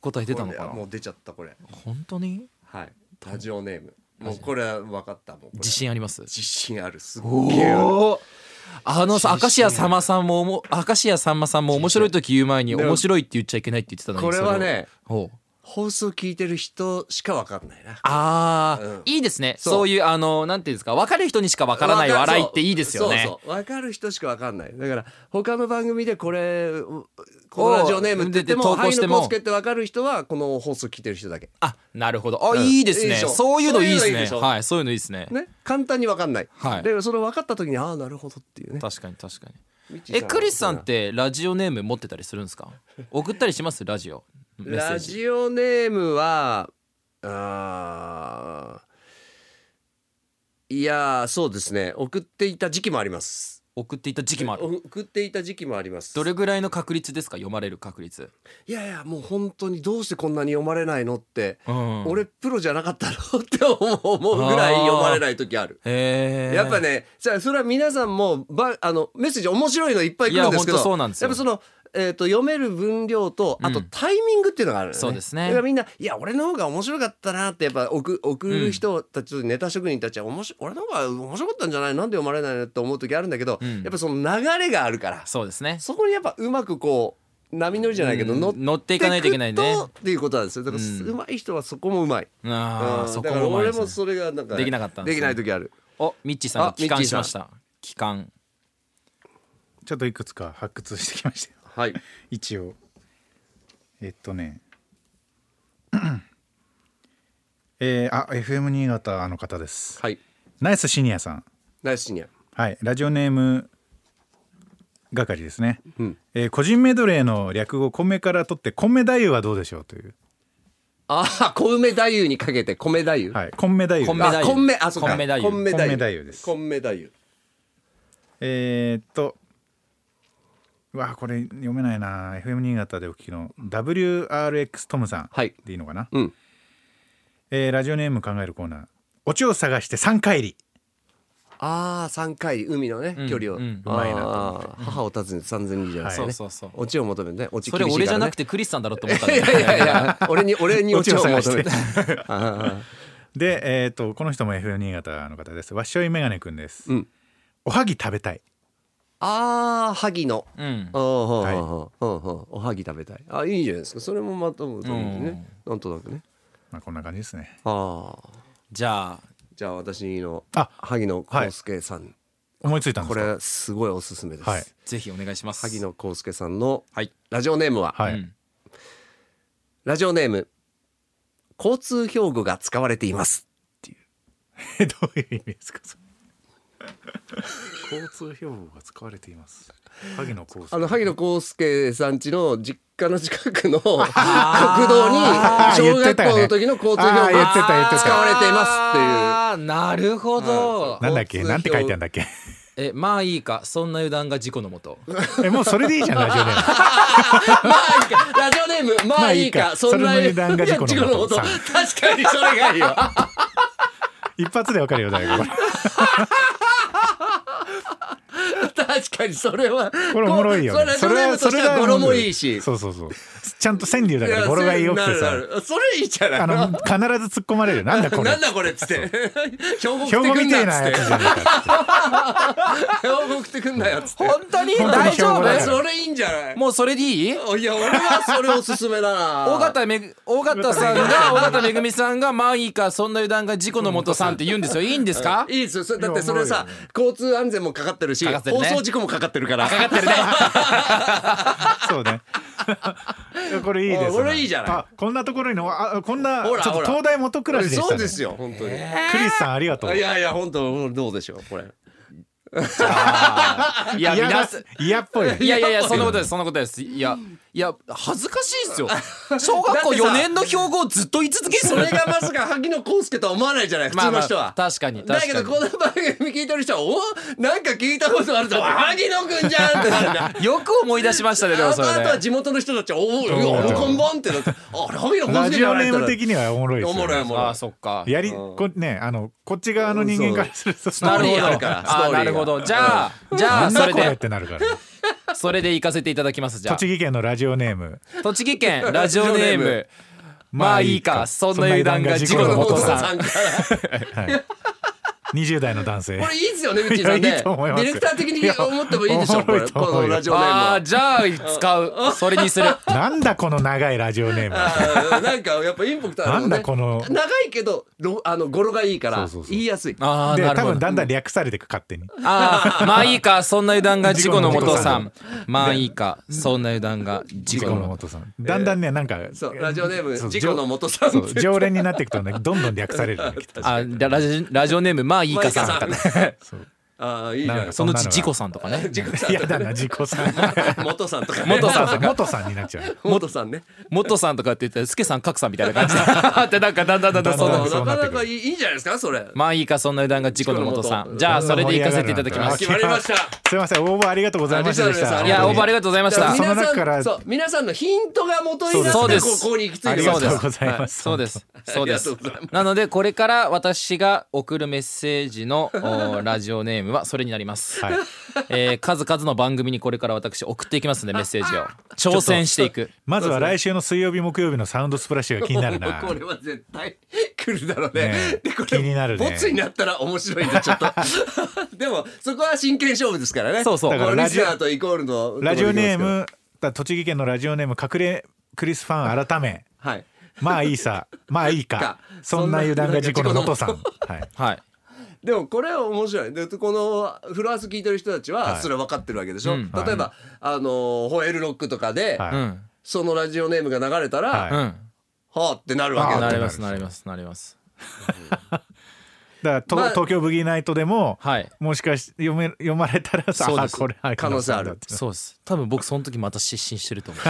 S3: 答え出たのかな
S2: もう出ちゃったこれ
S3: 本当に
S2: はいラジオネームもうこれは分かったもうこれ
S3: 自信あります
S2: 自信あるす
S3: お
S2: ごいよ
S3: ーあのさ
S2: 自信ある
S3: 明石家さんまさんもおも明石家さんまさんも面白い時言う前に
S2: でも
S3: 面白いって言っちゃいけないって言ってたのに
S2: これはね
S3: それをほう
S2: 放送聞いてる人しか分かんないな
S3: あ
S2: う
S3: ー、
S2: ん
S3: いいですね
S2: そう
S3: そういうあのなんていうんですか分かる人にしか分からない
S2: わ
S3: 笑いっていいですよね
S2: そうそう分かる人しか分かんないだから他の番組でこれうこのラジオネームって言っても
S3: 投稿
S2: 萩
S3: して
S2: 野
S3: も
S2: 公介って分かる人はこの放送聞いてる人だけ
S3: あなるほどあ、
S2: うん
S3: いいです
S2: いい
S3: ね
S2: でしょ
S3: そういうのいいで
S2: そう
S3: す
S2: いうのいい
S3: ね
S2: でしょ
S3: はいそういうのいいですね
S2: ね簡単に分かんない、
S3: はい
S2: でそれ分かった時にああなるほどっていうね
S3: 確かに確かに
S2: ミッチー
S3: えクリスさん
S2: は
S3: ってラジオネーム持ってたりするんですか送ったりしますラジオメッセー
S2: ラ
S3: ジ
S2: ジオネームはあーいやーそうですね送っていた時期もあります
S3: 送っていた時期もある
S2: 送っていた時期もあります
S3: どれぐらいの確率ですか読まれる確率
S2: いやいやもう本当にどうしてこんなに読まれないのって、
S3: うん
S2: 俺プロじゃなかったのって思うぐらい読まれない時ある
S3: へえ
S2: やっぱねじゃあそれは皆さんもばあのメッセージ面白いのいっぱい来るんですけど
S3: いやほんとそうなんですよ
S2: やっぱその、えー、と読める分量と
S3: ん
S2: あとタイミングっていうのがあるのね、
S3: そうですね
S2: だからみんないや俺の方が面白かったなってやっぱ送送る人たち、ネタ職人たちは面白俺の方が面白かったんじゃないなんで読まれないのって思う時あるんだけど、
S3: うん
S2: やっぱその流れがあるから
S3: そうですね
S2: そこにやっぱうまくこう波乗りじゃないけど、
S3: うん
S2: 乗っ
S3: 乗っていかないといけないね
S2: くとっていうことなんですよだから
S3: うん
S2: うまい人はそこもうまい、う
S3: ああ
S2: ん
S3: そ
S2: だ
S3: こ
S2: から
S3: も前
S2: 俺
S3: で
S2: も
S3: すね
S2: それがなんか
S3: できなかったんですね
S2: できない時ある
S3: おミッチーさんが
S2: あ
S3: 帰還しまし
S2: ミ
S3: た帰還
S1: ちょっといくつか発掘してきましたよ
S2: はい
S1: 一応えっとね えー、あ FM 新潟の方です
S2: はい
S1: ナイスシニアさん
S2: ナイスシニア
S1: はいラジオネーム係ですね、
S2: うん
S1: えー個人メドレーの略語米から取って米太夫はどうでしょうという
S2: ああ、小梅太夫にかけて米太夫。
S1: はい米太夫
S3: 米
S2: あ、
S3: 太夫
S2: 米、あ、そっか。
S3: 米太夫
S2: 米
S1: 米太夫です
S2: 米太夫。
S1: えー、っとうわこれ読めないな FM 新潟でお聞きの WRX トムさん
S2: はい
S1: でいいのかな、
S2: うん。
S1: えーラジオネーム考えるコーナー「オチを探して3回り
S2: ああ、三回海のね
S3: うん、
S2: 距離を。
S3: うん
S2: あー
S1: うまいなと
S2: 母を訪ねて三千里じゃな
S1: は
S2: いですか
S1: い
S2: ね。
S3: そうそうそう
S2: オチを求めてね。オチ
S3: そ
S2: 厳
S3: れ
S2: しいからね。
S3: 俺じゃなくてクリスさんだろうと思ったんだ
S2: い
S3: けど
S2: やいやいや、俺に俺にオチを
S1: オチを
S2: 求
S1: 探
S2: め
S1: して
S2: て。 あ
S1: で、えー、とこの人も FM 新潟の方ですわっしょいメガネくんです、
S2: うん
S1: おはぎ食べたい
S2: あー、萩の。
S3: うん
S2: あーは
S1: は
S2: あ
S1: い
S2: はあはあはあおはぎ食べたい。あ、いいじゃないですか。それもまたもうね。なんとなくね。
S1: まあこんな感じですね
S2: ああ。
S3: じゃあ
S2: じゃあ私の
S1: あ
S2: 萩野公介さん。
S1: 思いついたんで
S2: こ
S1: すか
S2: れすごいおすすめです。
S1: はい
S3: ぜひお願いします
S2: 萩野公介さんの
S3: はい
S2: ラジオネームは、
S1: はい、
S3: うん
S2: ラジオネーム交通標語が使われています
S1: え どういう意味ですかそれ 交通標語が使われてい ます萩野公
S2: あ
S1: 介
S2: の萩野公介さん家の実家の近くの国道に
S1: あー
S2: 小
S1: 言って
S2: 学
S1: たよ
S2: 校
S1: ね
S2: の時の交通標
S1: あー
S2: 語
S1: 言ってた言って
S2: 使
S1: た
S2: われていますっていう
S3: あーなるほど
S1: なんだっけなんて書いてあるんだっけ
S3: えまあいいかそんな油断が事故のもとま
S1: えもうそれでいいじゃんラジオネーム
S3: あいいかラジオネームまあいい
S1: まあいい
S3: か
S1: か
S3: そんな
S1: それの油断が事故のもと
S3: 事故のもと確かにそれがいいよ
S1: 一発でわかるよ誰かこれ
S3: 確かにそれは
S1: これおもろいよ、ね、
S3: それラジオネームとしては語呂もいいし
S1: そうそうそうちゃんと川柳だから語呂が良くて
S3: なる
S1: さ
S3: なるそれいいじゃない
S1: あの必ず突っ込まれるよなんだこれ
S3: なんだこれっつって標語送
S1: 兵
S3: っ
S1: 庫
S3: てくん
S1: みたいな
S3: なっ
S1: や
S3: つ
S1: つ
S3: っ
S1: じゃねえかって
S2: 「顔送ってくんなよ」っつって
S3: て本当に
S1: 本当に
S3: 大
S1: 標
S3: 丈
S1: 語だ
S3: 夫
S1: よ
S2: それいいんじゃない
S3: もうそれでい
S2: い
S3: い
S2: や俺はそれおすすめだな
S3: 尾形めぐ尾形さんが尾形めぐみさんがまあいいかそんな油断が事故のもとさんって言うんですよいいんで すか
S2: いいですよそれだってそれさ交通安全もかかってるし
S3: かかってるね
S2: 放送事故もかかってるから
S3: かかってるね
S1: そうねいやこれいいですね
S2: これいいじゃない
S1: あこんなところにのあこんなち
S2: ほ
S1: ょっ
S2: ら
S1: と
S2: ほら
S1: 東大元暮らしでしたね
S2: そうですよ本当に、
S1: クリスさんありがとう
S2: いやいや本当どうでしょうこれ
S3: いや
S1: 嫌
S3: 皆
S1: が
S3: さん
S1: 嫌っぽい
S3: いやいやいやそんなことですそんなことですいやいや恥ずかしいですよ小学校4年の標語をずっと言い続けて
S2: それがまさか萩野公介とは思わないじゃない普通の人は、
S3: 確かに確
S2: だ
S3: かに
S2: けどこの番組聞いてる人はおなんか聞いたことあるぞ萩野くんじゃんってなるんだ
S3: よく思い出しましたねでも
S2: あ
S3: それ
S2: とあとは
S3: ね
S2: 地元の人たちは「おおいやあの看板」ってなって「あれ萩野公
S1: ラ
S2: 介
S1: ジ
S2: じゃ
S1: オ
S2: ない
S1: ネ
S2: んだ
S1: ーム」的にはおもろいです
S2: お
S1: よね
S2: もろいおもろ
S3: あ
S2: い
S3: ーそっか
S1: やりこねあのこっち側の人間からするとストー
S3: なる
S1: リ
S3: ほ
S2: ストーリー
S3: ど
S2: あるからストーリ
S3: あ
S2: ーが
S3: なるほどじゃあじ
S1: ー
S3: ゃあそ
S1: なん
S3: れ
S1: だこれっ
S3: で
S1: てなる からね
S3: それで行かせていただきますじゃあ
S1: 栃木県のラジオネーム
S3: 栃木県ラジオネームまあいいかそんな油断が事
S2: こ
S3: 故の
S2: の
S3: もと
S2: 元
S3: さん
S2: さんから
S1: 20代の男性
S2: これいいですよねうちさん
S1: い
S2: ね
S1: やいいと思います
S2: ディレクター的に思ってもいいでし
S1: い
S2: ょ
S1: や
S2: こ
S1: おも
S2: れ
S1: ろいと
S2: こ
S1: 思うよ
S2: のラジオネ
S3: あ
S2: ー
S3: あ
S2: ム
S3: じゃあ使うそれにする
S1: なんだこの長いラジオネーム
S2: はあーなんかやっぱインパクトある
S1: なんだこの
S2: 長いけどろあの語呂がいいから
S1: そうそうそう
S2: 言いやすい
S3: ああ
S1: で
S3: なる
S1: 多
S3: ほ
S1: 分
S3: ど
S1: だんだん略されてく勝手に
S3: ああまあいいかそんな油断が事故のもと
S1: 事
S3: さんまあいいかそんな油断が事
S1: 事
S3: 故
S1: 故
S3: の
S1: の
S3: もと
S1: 元さんだんだんねなんか
S2: そうラジオネー
S1: そ
S2: ム
S1: う
S2: 事故の元さん
S1: そう常連になっていくとねどんどん略されるようにな ってきた
S3: あララジラジオネームまあいいかさんとかね
S1: そう
S2: ああいいじゃない
S1: そ
S3: そ
S1: ん
S3: の
S1: なの
S3: う
S1: が
S3: ち 事故さんとかね
S2: 事故さ
S1: 嫌だな自己さん
S2: ん元さんとかね
S3: 元さんとか
S1: 元さんになっちゃう
S2: 元さんね
S3: 元さんとかって言ったらスケさん角さんみたいな感じ だってなんかだんだんだんだんそ
S1: だん
S3: の
S1: だんそうな
S2: なか
S1: ってく
S2: な
S1: る
S2: かいいいいんじゃないですかそれ
S3: まあいいかそんな油断が事故のもとさんじゃあそれで行かせていただきます
S2: 決まりました
S1: すいません応募ありがとうございましたでした
S3: いや
S2: あ
S3: 応募あり
S1: が
S3: がとうございまし
S2: だか
S1: その
S2: ら
S3: た
S2: 皆さ
S1: 中
S2: ん
S1: から
S2: そう皆さんのヒントが元にな
S3: そ
S2: っ
S3: う
S2: て
S3: です
S2: こうここに行き着いて
S3: あり
S2: る
S3: が
S2: わけ
S3: とう
S2: です
S1: ございます
S3: そうです。そうです
S2: ありがとうございま。
S3: なので、これから私が送るメッセージ のおラジオネームはそれになります。
S1: はい
S3: えー数々の番組にこれから私送っていきますので、メッセージを。挑戦していく。
S1: まずは来週の水曜日木曜日のサウンドスプラッシュが気になる な
S2: これは絶対来るだろうね
S1: ね
S2: でこれ
S1: 気になるね
S2: ボツになったら面白いんでちょ っとでもそこは真剣勝負ですからね
S3: そうそう
S2: だから
S1: だからラ
S2: リス
S1: ジオ
S2: ナーとイコールの
S1: ラジオネームだ栃木県のラジオネーム隠れクリスファン改め
S2: はい
S1: まあいい さまあいいか
S2: か
S1: そんな油断が事故の元さんはい
S3: はい。
S2: でもこれは面白いでこのフロアス聞いてる人たち
S1: は
S2: はいそれ分かってるわけでしょ、
S3: うん
S2: 例えば、あのーホエールロックとかで、
S1: は
S3: う
S1: い
S3: ん。
S2: そのラジオネームが流れたら、
S1: はい
S2: は
S1: う
S2: あってなるわけ
S1: あ
S3: ん。
S2: だ
S3: な
S1: ー
S3: ります、なります、なります。
S1: だからと、
S2: まあ
S1: 東京ブギーナイトでも
S3: はい。
S1: もしかして読め読まれたらさ
S3: そう
S1: あ
S3: です
S1: これあ
S2: 可能性ある
S3: そうです。多分僕その時また失神してると思う。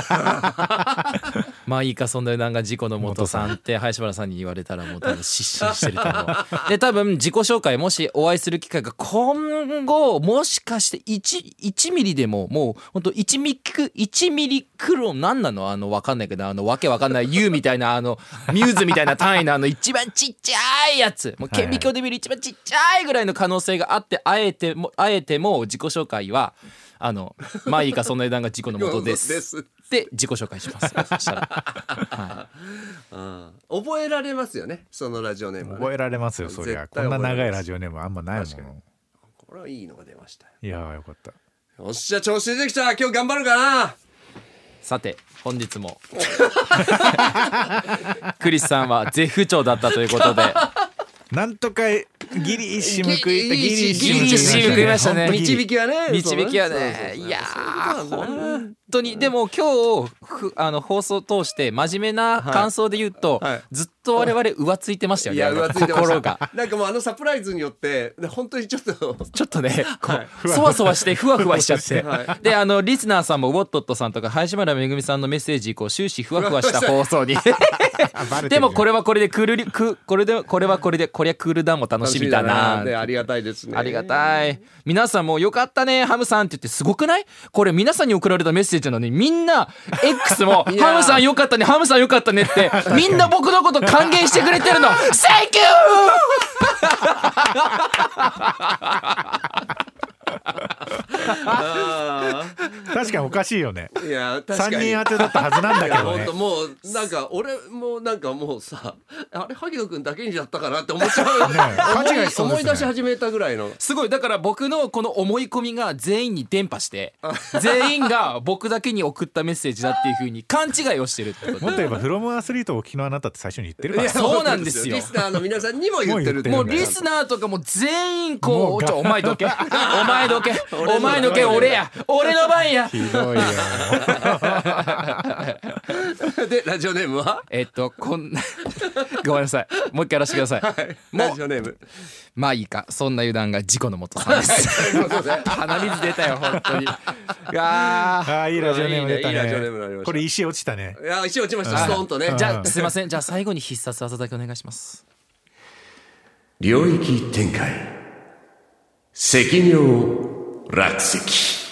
S3: まあいいかそんななんか事故の元さんって林原さんに言われたらもう多分失神してると思う。で多分自己紹介もしお会いする機会が今後もしかして 1, 1ミリでももう本当1ミリく1ミリクロン何なのあのわかんないけどあのわけわかんない U みたいなあのミューズみたいな単位のあの一番ちっちゃいやつもう顕微鏡で見る一番ちっちゃいぐらいの可能性があってあえてもあえても自己紹介はあのまあいいかそんな値段が事故の元です。
S2: です
S3: で自己紹介します。そしたらは、
S2: うん覚えられますよねそのラジオネームはね、
S1: 覚えられますよそりゃ
S2: 絶
S1: こ
S2: 対
S1: んな
S2: 覚えら
S1: 長
S2: れ
S1: い
S2: ます
S1: ラジオネームあんまないもん
S2: これはいいのが出ましたよ
S1: いやーよかった
S2: よっしゃ調子出てきた今日頑張るかない
S3: さて本 日もクリスさんは絶不調だったということで
S1: なんとかギリ一矢報いた
S2: ギ
S1: ギ
S2: リ
S1: リ
S2: 一
S1: 一
S2: 矢
S1: 矢
S2: 報いましたね
S1: 報いましたね
S3: ギリ一矢報いまし
S1: ほんとギリ
S2: 導き
S3: たね
S2: はね
S3: 導きは
S2: そうそうそ
S3: ね
S2: うそう
S3: いやー
S2: そういうことなんだよね
S3: 当にでも今日ふあの放送通して真面目な感想で言うと、
S2: はいはい
S3: ずっと我々浮ついてましたよ
S2: い
S3: ね
S2: や浮ついてました
S3: 心が
S2: なんかもうあのサプライズによって本当にちょっと
S3: ちょっとね、こう、そわそ わして、ふわふわしちゃって。
S2: は
S3: で、あの、リスナーさんも、ウォットットさんとか、林村めぐみさんのメッセージ以降、終始ふわふわした放 送に。でも、こ
S1: れ
S3: れはこれで、クールリ、ク、これで、これはこれで、こりゃクールダウンも楽しみだな。
S2: でありがたいですね
S3: ありがたい。皆さんもよかったね、ハムさんって言ってすごくないこれ皆さんに送られたメッセージなのにみんな X も
S2: いやー
S3: ハムさんよかったね、ハムさんよかったね ってみんな僕のこと歓迎してくれてるの Thank you!
S2: あ
S1: 確かにおかしいよね
S2: ーいや確か
S1: 3
S2: に
S1: 人当てだったはずなんだ
S2: い
S1: け
S2: や
S1: ど
S2: 本
S1: ね
S2: 当もうなんか俺もなんかもうさあれ萩野君だけにだったかなって思っちゃう、
S1: ねえ勘違いしそうですね
S2: 思い出し始めたぐらいの
S3: すごいだから僕のこの思い込みが全員に伝播して全員が僕だけに送ったメッセージだっていうふうに勘違いをしてるってこ
S1: もっ
S3: と
S1: と言えばフロムアスリートを昨日あなたって最初に言ってるか
S2: い
S1: らね
S2: や
S3: そうなんですよ
S2: リスナーの皆さんにも言ってるって
S3: も
S1: も
S3: うリスナーとかも全員こ
S1: もう
S3: う
S1: が
S3: 「ちょお前ど けお前どけ
S2: の
S3: お前どけ俺や俺の番や」
S1: ひど いよ
S2: でラジオネームは
S3: えっとこんな ごめんなさいもう一回やらせてください、もう
S2: ラジオネーム
S3: まあいいかそんな油断が事故のもとさんです鼻水出たよ本当にあ
S1: ああいいラジオネーム出た
S2: いいラジオネームになりま
S1: ね
S2: し
S1: こ
S2: た
S1: れ石落ちたね
S2: いや石落ちましたストーンとね
S3: ーじゃあすいませんじゃあ最後に必殺技だけお願いします
S4: 領域展開赤尿落石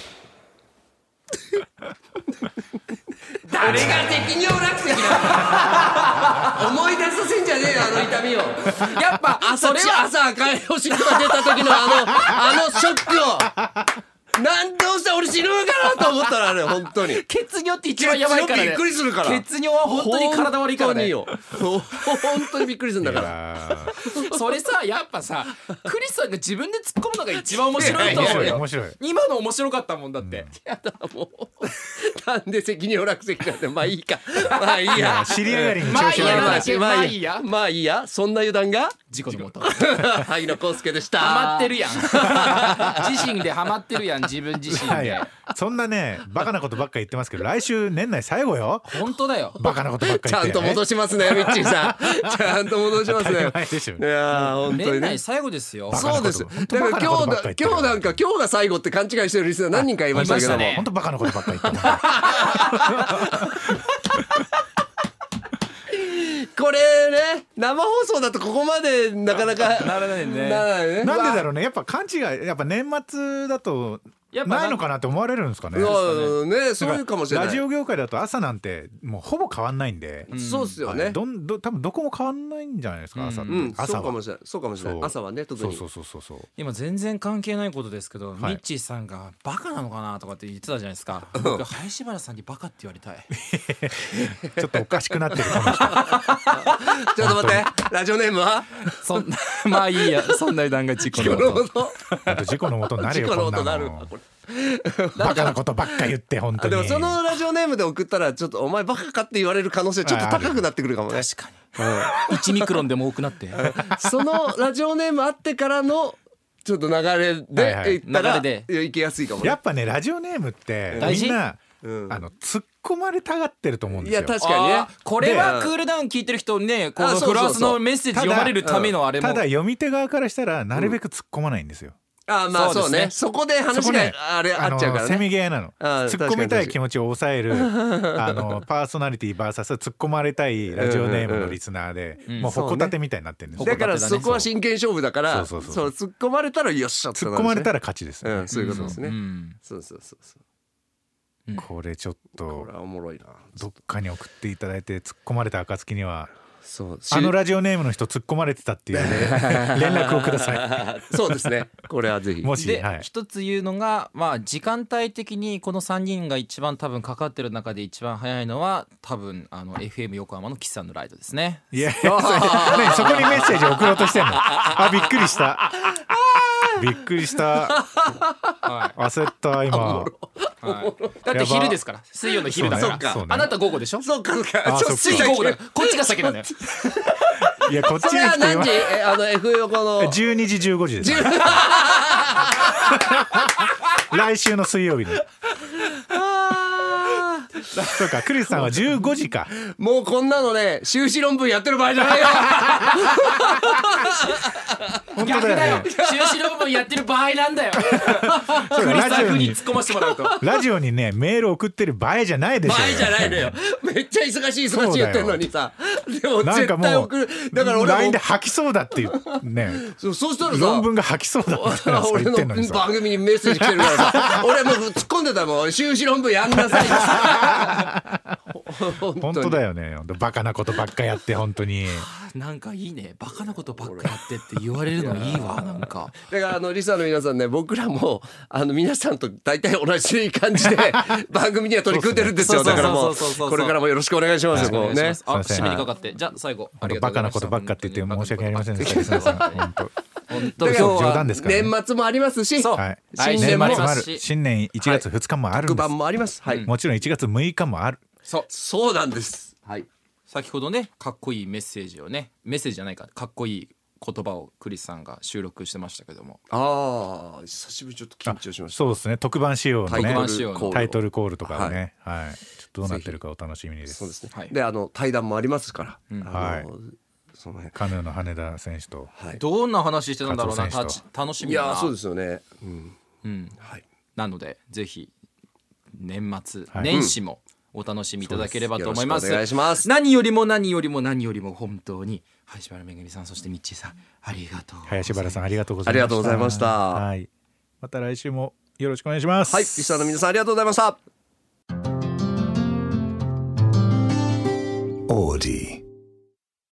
S2: 誰が適尿落石 だ思い出させんじゃねえよあの痛みを
S3: やっぱあそ
S2: そ
S3: れ
S2: れ
S3: は
S2: は朝赤いおしっこが出た時のあ のあのショックをなんどうした俺死ぬのかなと思ったらあれ本当に
S3: 血尿って一番やばいから
S2: 血尿
S3: ね
S2: びっくりするから
S3: 血尿は本当に体悪いからね
S2: 本当によほ本当にびっくりするんだ
S1: い
S2: から
S1: や
S3: それさやっぱさクリスさんが自分で突っ込むのが一番面白い
S1: ー
S3: と
S1: 面
S3: 思
S1: 白
S3: う
S1: い
S3: よ
S1: 面白い
S3: 今の面白かったもんだって、
S2: もうなんで責任を落石なんてまあいいかまあいい
S1: い
S2: や
S1: や尻上がりに調
S3: まあいい
S1: 子
S3: や
S1: が
S3: な
S1: 悪
S3: んだ
S1: い
S3: っけ
S2: ま
S3: ま
S2: あ
S3: あ
S2: い
S3: い
S2: い
S3: い
S2: や
S3: や
S2: まあいいやそんな油断が
S3: 事故のもと
S2: 萩野公介でした
S3: ハマっ てるやん自身でハマってるやん自分自身
S1: い
S3: で
S1: やそんなねバカなことばっか言ってますけど来週年内最後よ
S3: 本当だよ
S1: バカなことばっか
S2: ち
S1: 言っ
S2: ゃ
S1: て
S2: んと戻しますねミッチーさ んちゃんと戻しますね
S1: 当たり前でしょ
S2: いやー本当
S3: 年
S2: にね
S3: 内最後ですよ
S1: バカな
S2: そ
S1: こ
S2: う
S1: と
S2: です。
S1: 本
S2: だ
S1: 当バカなこ
S2: から今
S1: と
S2: 日
S1: ばっかり言ってる
S2: だ今日なんか今日が最後って勘違いしてるリスナー何人かいましたけども、
S3: いましたね
S1: 本当バカなことばっかり言って ます
S2: これね生放送だとここまでなかなか
S3: ならないね
S2: ならないね。
S1: なんでだろうねやっぱ勘違いやっぱ年末だと
S3: やっぱなん
S1: ないのかなって思われるんですかね
S2: うわねそういうかもしれない。
S1: ラジオ業界だと朝なんてもうほぼ変わんないんで、
S2: そうっすよ
S1: は
S2: ね
S1: い。どんど多分どこも変わんないんじゃないですか朝って、
S2: うんそ
S1: 朝
S2: うか
S1: は
S2: もしれないそうかもしれない
S1: そう
S2: 朝はね特
S1: そう
S2: に
S1: そうそうそうそう
S3: 今全然関係ないことですけど、
S1: はい
S3: ミッチーさんがバカなのかなとかって言ってたじゃないですか僕林原さんにバカって言われ たい
S1: ちょっとおかしくなってるかもしれない
S2: ちょっと待ってラジオネームは
S3: そんな まあいいやそんな段が事故
S2: 今 日
S3: の
S2: のこ
S3: こ
S2: とと
S1: あと事故のもとになるよ
S2: 事故の
S1: こん
S2: 音
S1: な
S2: なる
S1: の
S2: わこれ
S1: バカなことばっか言って本当
S2: あ
S1: に
S2: でもそのラジオネームで送ったらちょっとお前バカかって言われる可能性ちょっと高くなってくるかもね。
S3: 確かに1ミクロンでも多く なって
S2: そのラジオネームあってからのちょっと流れで
S1: はいはい
S2: 行ったら
S3: 流れ
S2: いや行きやすいかもね。
S1: やっぱねラジオネームって
S3: 大事
S1: みんな、
S2: うん
S1: あの突っ込まれたがってると思うん
S2: い
S1: ですよ
S2: や確かにね
S3: あー。これは
S2: で
S3: クールダウン聞いてる人ねこ
S2: あそうそう
S3: の
S2: そう
S3: フランスのメッセージ読まれるためのあれも
S1: ただ読み手側からしたらなるべく突っ込まないんですよ、
S2: あーまあそ
S3: そうで
S2: う
S3: すね
S2: ね。そこで
S1: そ
S2: 話
S1: こ
S2: が
S1: ね
S2: あれあっちゃうか
S1: の
S2: ら
S1: せ
S2: ね。
S1: めぎ合いなの
S2: あー
S1: 突っ込みたい気持ちを抑えるあのパーソナリティ VS 突っ込まれたいラジオネームのリスナーで、もうほこたてみたいになってるんですよ、
S2: だから
S3: ここだけだね
S2: そこは真剣勝負だから、そ
S1: そううそうそう
S2: 突っ込まれたらよっしゃって
S1: 突
S2: な
S1: っ
S2: る
S1: 込
S2: ん
S1: ま
S2: ですね
S1: れたら勝ちです、
S2: うんそういうことですね。
S3: うん
S2: そうそうそうそう。
S1: これちょっ
S2: ことれはおもろいな。
S1: どっかに送っていただいて突っ込まれた暁には
S2: そう。
S1: あのラジオネームの人突っ込まれてたっていう ね連絡をくださ
S2: そうですね。これはぜひ
S1: い。もし、
S3: で
S1: はい、
S3: 一つ言うのが、まあ、時間帯的にこの3人が一番多分かかってる中で一番早いのは多分あの FM 横浜の岸さんのライドですね。
S1: いやそれ何そこにメッセージ送ろうとしてんのあびっくりしたびっくりした
S3: は
S1: 焦った今
S3: いはい、だって昼ですから水曜の昼だから、
S1: そうねそうね
S3: あなた午後でしょ
S2: そうかそう
S1: あ
S2: か。ちょっと
S1: そ
S2: つ
S1: っ
S2: い
S1: か
S3: 水
S2: 最
S3: 午後だ
S2: 近
S3: からこっちが先なのよ。
S1: いやこっ ち
S2: それ
S1: に
S2: は
S1: 来て
S2: 何
S1: 今
S2: 時？えあの F 横の。
S1: 12時15時です来週の水曜日にそうかクリスさんは15時か
S2: もうこんなのね修士論文やってる場合じゃないよ
S1: 本当
S3: 逆だ
S1: だよ
S3: よ
S1: ね
S3: 修士論文やってる場合なんだよ
S1: そうだ
S3: クリス
S1: ラ
S3: さ
S1: ジ
S3: ん
S1: オ
S3: 風に
S1: に
S3: 突っ込ませてもら うと場
S1: ラジオにねメール送ってる場合じゃないでしょ
S3: 合じゃないのよ
S2: めっちゃ忙しい忙しい言ってんのにさで
S1: な
S2: も
S1: んか
S2: 絶対
S1: もう
S2: 送るだから俺はも
S1: LINE
S2: う
S1: で吐きそうだっていうね
S2: そうそうしたらさ
S1: 論文が吐きそうだみたいなさ
S2: 俺
S1: 言ってんのに
S2: の
S1: さ
S2: 番組にメッセージ来てるか らさ俺もう突っ込んでたもん修士論文やんなさい
S1: 本
S2: 本
S1: 当だ
S2: よ
S1: よねバカなことばっかやって本当に
S3: なんかいいねバカなことばっかやってって言われるのいいわなんか
S2: だからあのリサの皆さんね僕らもあの皆さんと大体同じ感じで番組には取り組んでるんですよ
S3: そ
S2: だ
S3: うっすね
S2: からもう
S3: そうそうそうそうそう
S2: これからもよろしくお願いしますよもうね
S3: あ
S1: すいません
S3: 締めにかかってじゃあ最後ありがとう
S1: バ
S3: ござ
S1: カ
S3: いま
S1: な
S3: した
S1: ことばっかって言って申し訳ありませんでしたリスナーさん本当
S3: 本当
S2: だ
S3: に
S1: 嘘
S2: から今日
S1: 冗談
S2: は
S1: ですからね
S2: 年末もありますし
S3: そう
S1: はい、
S2: 新
S1: 年末
S2: 年
S1: も
S2: も
S1: ある新年1月2日もあるん
S2: 特
S1: です、
S2: 番もありますはい
S1: もちろん1月6日もある
S3: そう
S2: そうなんですはい
S3: 先ほどねかっこいいメッセージをねメッセージじゃないかかっこいい言葉をクリスさんが収録してましたけども
S2: ああ久しぶりにちょっと緊張しました
S1: そうですね特番仕様の
S2: タイ
S1: ね
S3: 特番仕様の
S2: コールを
S1: タイトルコールとかをね、はいちょっとどうなってるかお楽しみにです
S2: そうですね。
S3: はい
S2: で、あの対談もありますから。あの
S1: はい
S2: その辺。
S1: カヌーの羽田選手と
S2: はい。
S3: どんな話してたんだろうな
S1: 加藤
S3: た
S1: 選手と
S3: 楽し
S2: い
S3: みだな
S2: やー、そうですよね。うん。
S3: うん、
S2: はい。
S3: なのでぜひ年末、
S1: はい
S3: 年始もお楽しみいただければと思います,、
S2: うんそうですよろしくお願いします
S3: 何よりも何よりも何よりも本当に林原めぐみさんそしてみっちーさんありがとうございます
S1: 林原さんありがとうございました
S2: ありがとうございました
S1: はい、また来週もよろしくお願いします
S2: はい、リスナーの皆さん、ありがとうございました。
S4: Audi.